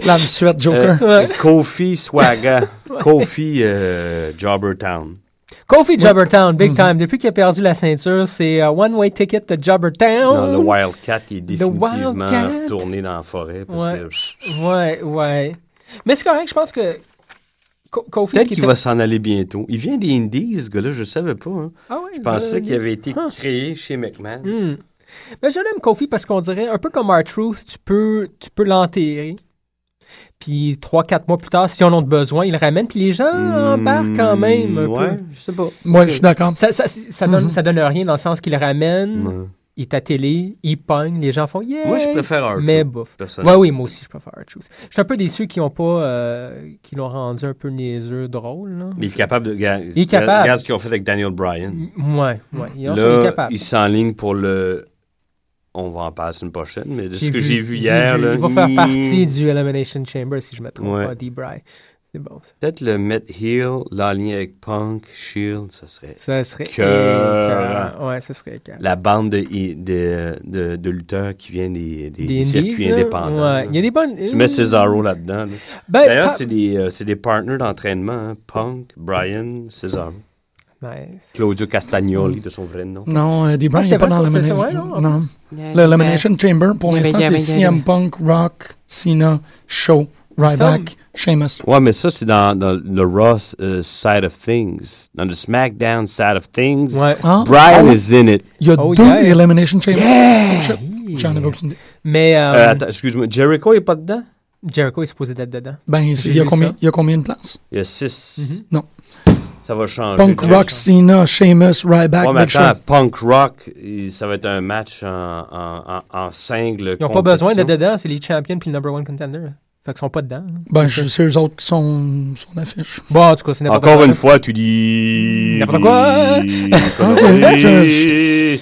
L'âme suède, Joker. euh, Kofi Swaga, Kofi euh, Jobbertown. Kofi Jobbertown, Mm-hmm. big time. Depuis qu'il a perdu la ceinture, c'est euh, One Way Ticket to Jobbertown. Dans le Wildcat, il est définitivement Oh. Wildcat. retourné dans la forêt. parce Ouais. que- Ouais, ouais. Mais c'est correct, je pense que Ko- Kofi... ce Peut-être qui qu'il était- va s'en aller bientôt. Il vient des Indies, ce gars-là, je savais pas. hein. Ah ouais, Je pensais ben, qu'il avait été Ah. créé chez McMahon. Hmm. Mais je l'aime, Kofi, parce qu'on dirait, un peu comme R-Truth, tu peux, tu peux l'enterrer. Puis 3-4 mois plus tard, si on en a besoin, il le ramène. Puis les gens embarquent quand même un Hmm, ouais, peu. je sais pas. Moi, je suis d'accord. Ça, ça, ça donne, ça donne rien dans le sens qu'il le ramène, Mhm. Ouais. il est à télé, il pogne, les gens font « Yeah! » Moi, je préfère Arthur. Mais bof. personnellement. Ouais, oui, moi aussi, je préfère Hard Shoes. Je suis un peu déçu qu'ils ont pas. euh, qu'ils l'ont rendu un peu niaiseux, drôle, là. Mais il est capable de. ga- est capable. Hmm. Regarde ce qu'ils ont fait avec Daniel Bryan. M- Ouais, ouais. Ils ont sont Là, capables. il s'enligne pour le. On va en passer une prochaine, mais de ce que j'ai vu j'ai hier. vu. là, Il va faire hi- partie du Elimination Chamber, si je me trompe Ouais. pas, D-Bry. C'est bon, ça. Peut-être le Met Heel, l'enligner avec Punk, Shield, ça serait. Ça serait. Cœur. écœurant. Ouais, ça serait écœurant. La bande de, hi- de, de, de lutteurs qui viennent des, des- des Indies, circuits là, indépendants. Ouais. là. Il y a des bonnes. Tu mets Cesaro là-dedans. là. Ben, D'ailleurs, pa- c'est des, euh, c'est des partners d'entraînement hein. Punk, Bryan, Cesaro. Nice. Claudio Castagnoli, de son vrai nom. Non, euh, Dee Bryan Ah, c'était n'est pas pas dans ça, c'était ça, l'Elimination. ouais, non? non. L'Elimination Chamber, pour l'instant, c'est CM Punk, Rock, Cena, Show, Ryback, Sheamus. Ouais, mais ça, c'est dans, dans le Raw euh, side of things. Dans le SmackDown side of things. Ouais. Hein? Brian is in it. Il y a Oh, deux yeah. Elimination Chamber. Oh, shit. J'en avais aucune idée. Mais euh, Euh, attends, excuse-moi, Jericho est pas dedans? Jericho est supposé être dedans. Ben, c'est- J'ai il y, a vu combien, ça. Mm-hmm. il y a combien de places? Il y a six. Non. Ça ça va changer. Punk Rock, Cena, Sheamus, Ryback, Ouais, mais Big Show. attends, Punk Rock, il- ça va être un match en, en, en, en single. Ils n'ont pas besoin d'être dedans, c'est les champions puis le number one contender. Fait qu'ils sont pas dedans. là. Ben, je sais eux autres qui sont son affiche. Bon, en tout cas, c'est n'importe Encore quoi. une fois, tu dis. N'importe quoi. Conneries.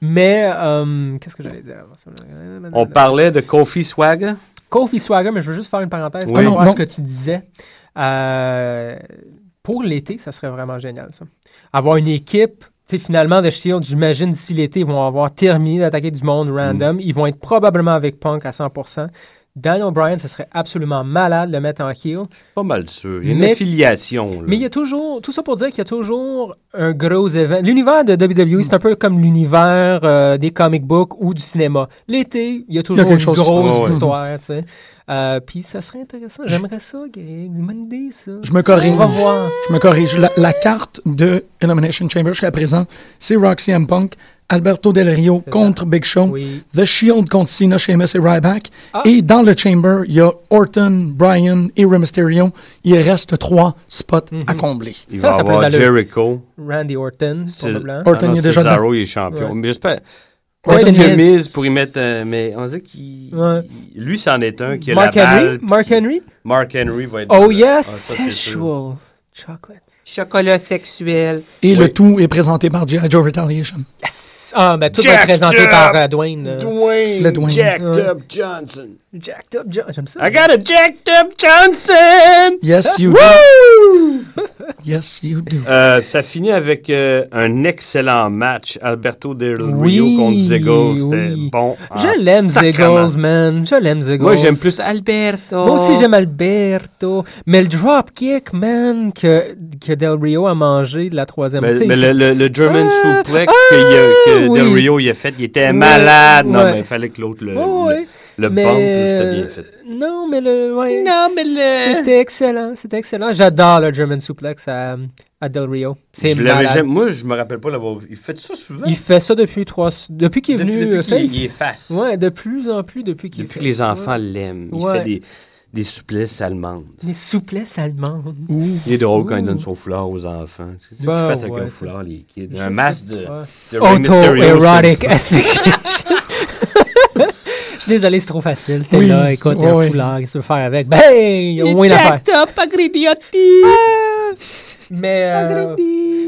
Mais, euh, qu'est-ce que j'allais dire? On parlait de Kofi Swagger. Kofi Swagger, mais je veux juste faire une parenthèse Oui. par rapport à Non. ce que tu disais. Euh, pour l'été, ça serait vraiment génial, ça. Avoir une équipe, tu sais, finalement, de Shield, j'imagine d'ici l'été, ils vont avoir terminé d'attaquer du monde random. Mm. Ils vont être probablement avec Punk à 100%. Daniel Bryan, ce serait absolument malade de le mettre en heel. Pas mal sûr. Il y a une Mais- affiliation. là. Mais il y a toujours, tout ça pour dire qu'il y a toujours un gros événement. L'univers de WWE, c'est un peu comme l'univers euh, des comic books ou du cinéma. L'été, il y a toujours quelque une chose qui se grosse passe, ouais. histoire, tu sais. Euh, Puis ça serait intéressant. J'aimerais ça, qu'il y ait une bonne idée, ça. Je me corrige. On va voir. Je me corrige. La, la carte de Elimination Chamber jusqu'à présent, c'est Roxy M. Punk, Alberto Del Rio C'est contre Big Show, Oui. The Shield contre Cena, Sheamus et Ryback. Ah. Et dans le Chamber, il y a Orton, Bryan et Rey Mysterio. Il reste trois spots Mhm. à combler. Il Ça, va ça peut avoir être l'allure. Jericho. Randy Orton, C'est- probablement. Orton, Ah non, il est déjà Cesaro, il est champion. Ouais. Mais j'espère. Orton, Peut-être il est- que Miz pour y mettre. euh, mais on dirait qu'il. Ouais. Lui, c'en est un qui a Mark la Henry? balle. Mark Henry? Mark Henry va être. Oh là. yeah, Ah, ça, c'est sûr. sexual chocolate. Chocolat sexuel. Et le Oui. tout est présenté par G.I. Joe Retaliation. Yes! Ah, ben tout va Jacked être présenté up! par euh, Dwayne. euh, Dwayne, Le Dwayne. Jacked Ouais. Up Johnson. Jacked up, Jo- j'aime ça. I got a Jacked Up Johnson! Yes, you do. Yes, you do. Euh, ça finit avec euh, un excellent match. Alberto Del Rio Oui, contre Ziggles. C'était oui. bon. en Je l'aime, sacrement. Ziggles, man. Je l'aime, Ziggles. Moi, j'aime plus Alberto. Moi aussi, j'aime Alberto. Mais le dropkick, man, que, que Del Rio a mangé de la troisième. Mais, tu sais, Ben, mais le, c'est- le- le German Ah, Suplex ah, qu'il y a- que, oui. Del Rio il a fait, il était Ouais, malade. Non, ouais. mais il fallait que l'autre le, Ouais, ouais. le, le Mais, euh, bump, c'était bien fait. Non, mais le. ouais, Non, mais le- C'était excellent. C'était excellent. J'adore le German suplex à, à Del Rio. C'est Je l'avais malade. jamais- Moi, je me rappelle pas l'avoir vu. Il fait ça souvent. Il fait ça depuis trois. Depuis qu'il est Depuis- venu. depuis euh, qu'il- face. il est face. Ouais, de plus en plus depuis qu'il est Depuis que face, les enfants ouais. l'aiment. Il Ouais. fait des, des souplesses allemandes. Les souplesses allemandes. Il est drôle quand il Ouh. donne son foulard aux enfants. C'est ce Bah, qu'il fasse avec ouais, un c'est- foulard, les kids. Je Un sais masque de, pas. de Rey Mysterio, Auto-erotic c'est- asphyxiation. Je suis désolé, c'est trop facile. C'était Oui. là, écoute, il y a Ouais, un ouais. foulard, qu'est-ce que tu veux faire avec? Ben, il y a au moins d'affaires. up, agridiotis. Mais, euh,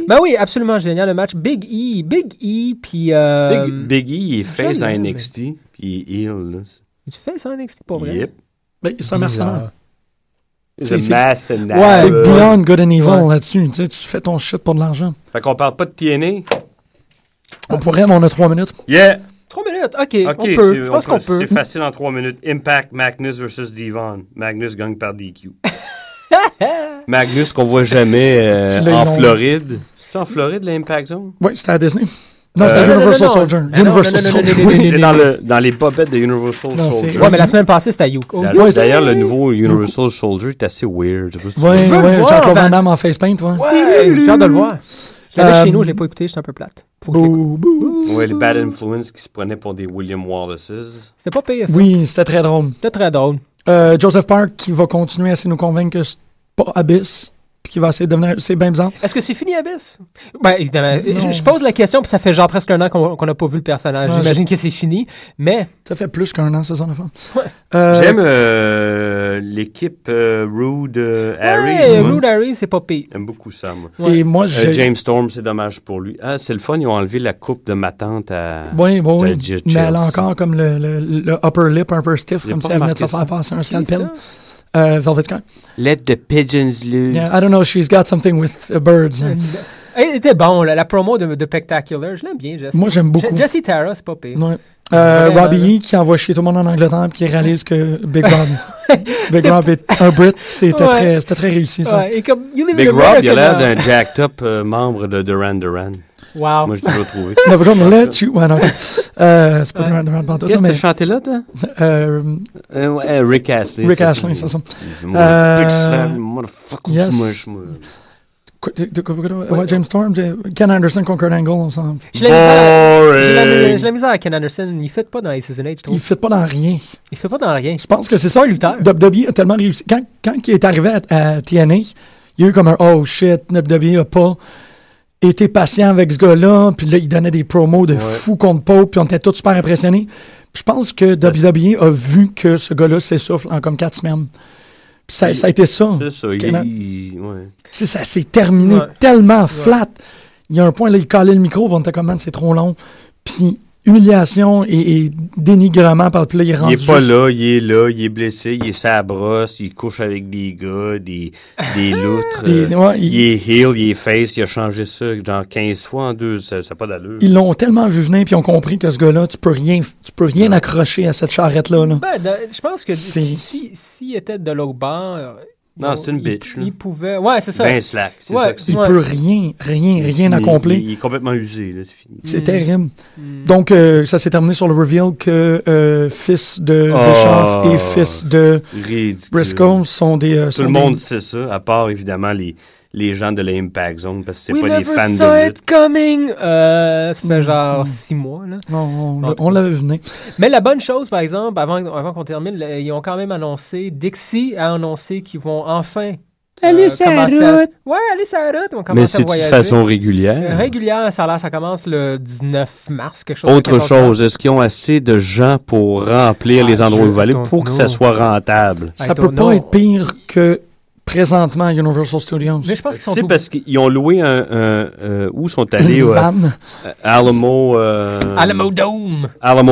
ben oui, absolument génial le match. Big E, Big E, puis... Euh, Big- Biggie, il est face à l'aime, mais- NXT, puis il est heel. là. Tu fais ça en NXT, pour vrai? Yep. Ben, c'est un mercenaire. It's C'est- a c'est- mass and Ouais. C'est that. beyond good and evil Euh, Ouais. là-dessus. Tu sais, tu fais ton shit pour de l'argent. Fait qu'on parle pas de TNA. Ah. On pourrait, mais on a trois minutes. Yeah! Trois minutes, OK, Ok, on peut. c'est- Je pense qu'on peut. C'est facile en trois minutes. Impact, Magnus versus Devon. Magnus gagne par DQ. Magnus qu'on voit jamais euh, Puis là, en ils l'ont- Floride. C'est en Floride, l'Impact Zone? Oui, c'était à Disney. Non, c'était Euh, non, Universal non, non. Soldier. Ah, non, Universal non, non, non, non, Soldier. non, non, non, oui. C'est dans, le, dans les bobettes de Universal Non, c'est- Soldier. Ouais, mais la semaine passée, c'était à Yuko. D'a- Ouais, D'ailleurs, le c'est- nouveau Universal Soldier est assez weird. Je sais pas si tu Ouais, vois. le ouais, voir, Jean-Claude ben- Van Damme en face paint, ouais. Ouais, j'ai hâte de le voir. Je l'avais Euh, chez nous, je l'ai pas écouté, j'étais un peu plate. Faut que je l'écoute. Bou, bou. Ouais, les Bad Influence qui se prenaient pour des William Wallaces. C'était pas payé, ça. Oui, c'était très drôle. C'était très drôle. Euh, Joseph Park qui va continuer à essayer de nous convaincre que c'est pas Abyss, puis qui va essayer de devenir. C'est bien bizarre. Est-ce que c'est fini Abyss? Ben, évidemment. Non. Je, je pose la question, puis ça fait genre presque un an qu'on qu'on n'a pas vu le personnage. Ouais, J'imagine que c'est fini, mais Ça fait plus qu'un an, c'est son enfant. Ouais. Euh, J'aime euh, l'équipe euh, Rude euh, Harry. ouais, moi. Rude Harry, c'est pas pire. J'aime beaucoup ça, moi. Et moi, Euh, j'ai. James Storm, c'est dommage pour lui. Ah, c'est le fun, ils ont enlevé la coupe de ma tante à. Oui, oui, oui. J'ai Mais elle a Chelsea. encore comme le, le- le upper lip un peu stiff, Il a comme pas si elle venait de se remarqué faire passer un scalpel. ça? Euh, Velvet Sky. Let the pigeons loose. Yeah, I don't know, she's got something with uh, birds. Eh, C'était bon, la, la promo de, de Spectacular. Je l'aime bien, Jesse. Moi, j'aime beaucoup. Je- Jesse Tara, c'est pas pire. Ouais. Euh, Vraiment, Robbie E qui envoie chier tout le monde en Angleterre puis qui réalise que Big Rob, Big Rob est un Brit. C'était Ouais. très, c'était très réussi, ça. Ouais, et comme You Live in Big America, Rob, il a l'air là. d'un jacked up euh, membre de Duran Duran. Ah. Wow. Moi, j'ai toujours trouvé. Never gonna let you. Ouais, non, ok. Euh, c'est pas Ouais. Durant Durant Bantos, Qu'est-ce que mais t'as chanté là, toi? euh, Euh, ouais, euh, Rick Astley. Rick Ashley, c'est ça. Euh, yes. Bon, Quoi, t'es- t'es- quoi, quoi, quoi, ouais, James Storm, J- Ken Anderson contre Kurt Angle, on s'en. J'ai la misère- j'ai la- j'ai la misère à Ken Anderson. Il fait pas dans les Season 8, je Il trouve. fit pas dans rien. Il fait pas dans rien. Je pense que c'est ça. un lutteur. WWE a tellement réussi. Quand, quand il est arrivé à, à TNA, il Il y a eu comme un oh shit, WWE a pas été patient avec ce gars-là, puis là, il donnait des promos de fou contre Pope, puis on était tous super impressionnés. Puis je pense que WWE a vu que ce gars-là s'essouffle en comme quatre semaines. Puis ça, Il- ça a été ça. C'est ça, il- Kenan- il- ouais. Si ça s'est terminé Ouais. tellement flat. Il y a un point, là, il calait le micro, puis on était comme, Man, c'est trop long. Puis humiliation et, et dénigrement par le puis là, il est Il rendu. est pas juste- là, il est là, il est blessé, il est sa brosse, il couche avec des gars, des, des loutres. euh, Des- ouais, il il- est heel, il est face, il a changé ça genre 15 fois en deux, ça n'a pas d'allure. Ils l'ont tellement vu venir, puis ils ont compris que ce gars-là, tu peux rien, tu peux rien accrocher à cette charrette-là. là. Ben, de- je pense que C'est- s'il si, s'il était de l'autre bord. euh, Non, ils c'est ont- une ils- bitch, là. Ils pouvaient. Ouais, c'est ça. Ben slack, c'est Ouais. ça que c'est. Il Ouais. peut rien, rien, rien Il- accomplir. Il, il est complètement usé, là, c'est fini. C'est terrible. Hmm. Donc, euh, ça s'est terminé sur le reveal que euh, fils de Oh. Bischoff et fils de Ridicule. Briscoe sont des. euh, Tout sont le des- monde sait ça, à part évidemment les, les gens de l'Impact Zone, parce que c'est We pas des never fans saw de lutte. it coming! Euh, ça fait Mm. genre Mm. six mois, là. Non, on, En l'a- tout on cas. l'avait venu. Mais la bonne chose, par exemple, avant, avant qu'on termine, le- ils ont quand même annoncé, Dixie a annoncé qu'ils vont enfin euh, Aller sur la commencer à- route. Ouais, aller sur la route, ils vont commencer à voyager. Euh, régulière. Régulière, ça a l'air, ça commence le 19 mars, quelque chose. Autre quelque chose, est-ce qu'ils ont assez de gens pour remplir les Ah, endroits où je ils vont aller don't pour que know. ça soit rentable? I Ça don't peut pas know. être pire que présentement à Universal Studios. Mais je pense qu'ils sont C'est au- parce qu'ils ont loué un... un- euh, où sont allés? Une euh, vanne. Alamo... euh, Alamo Dome. Alamo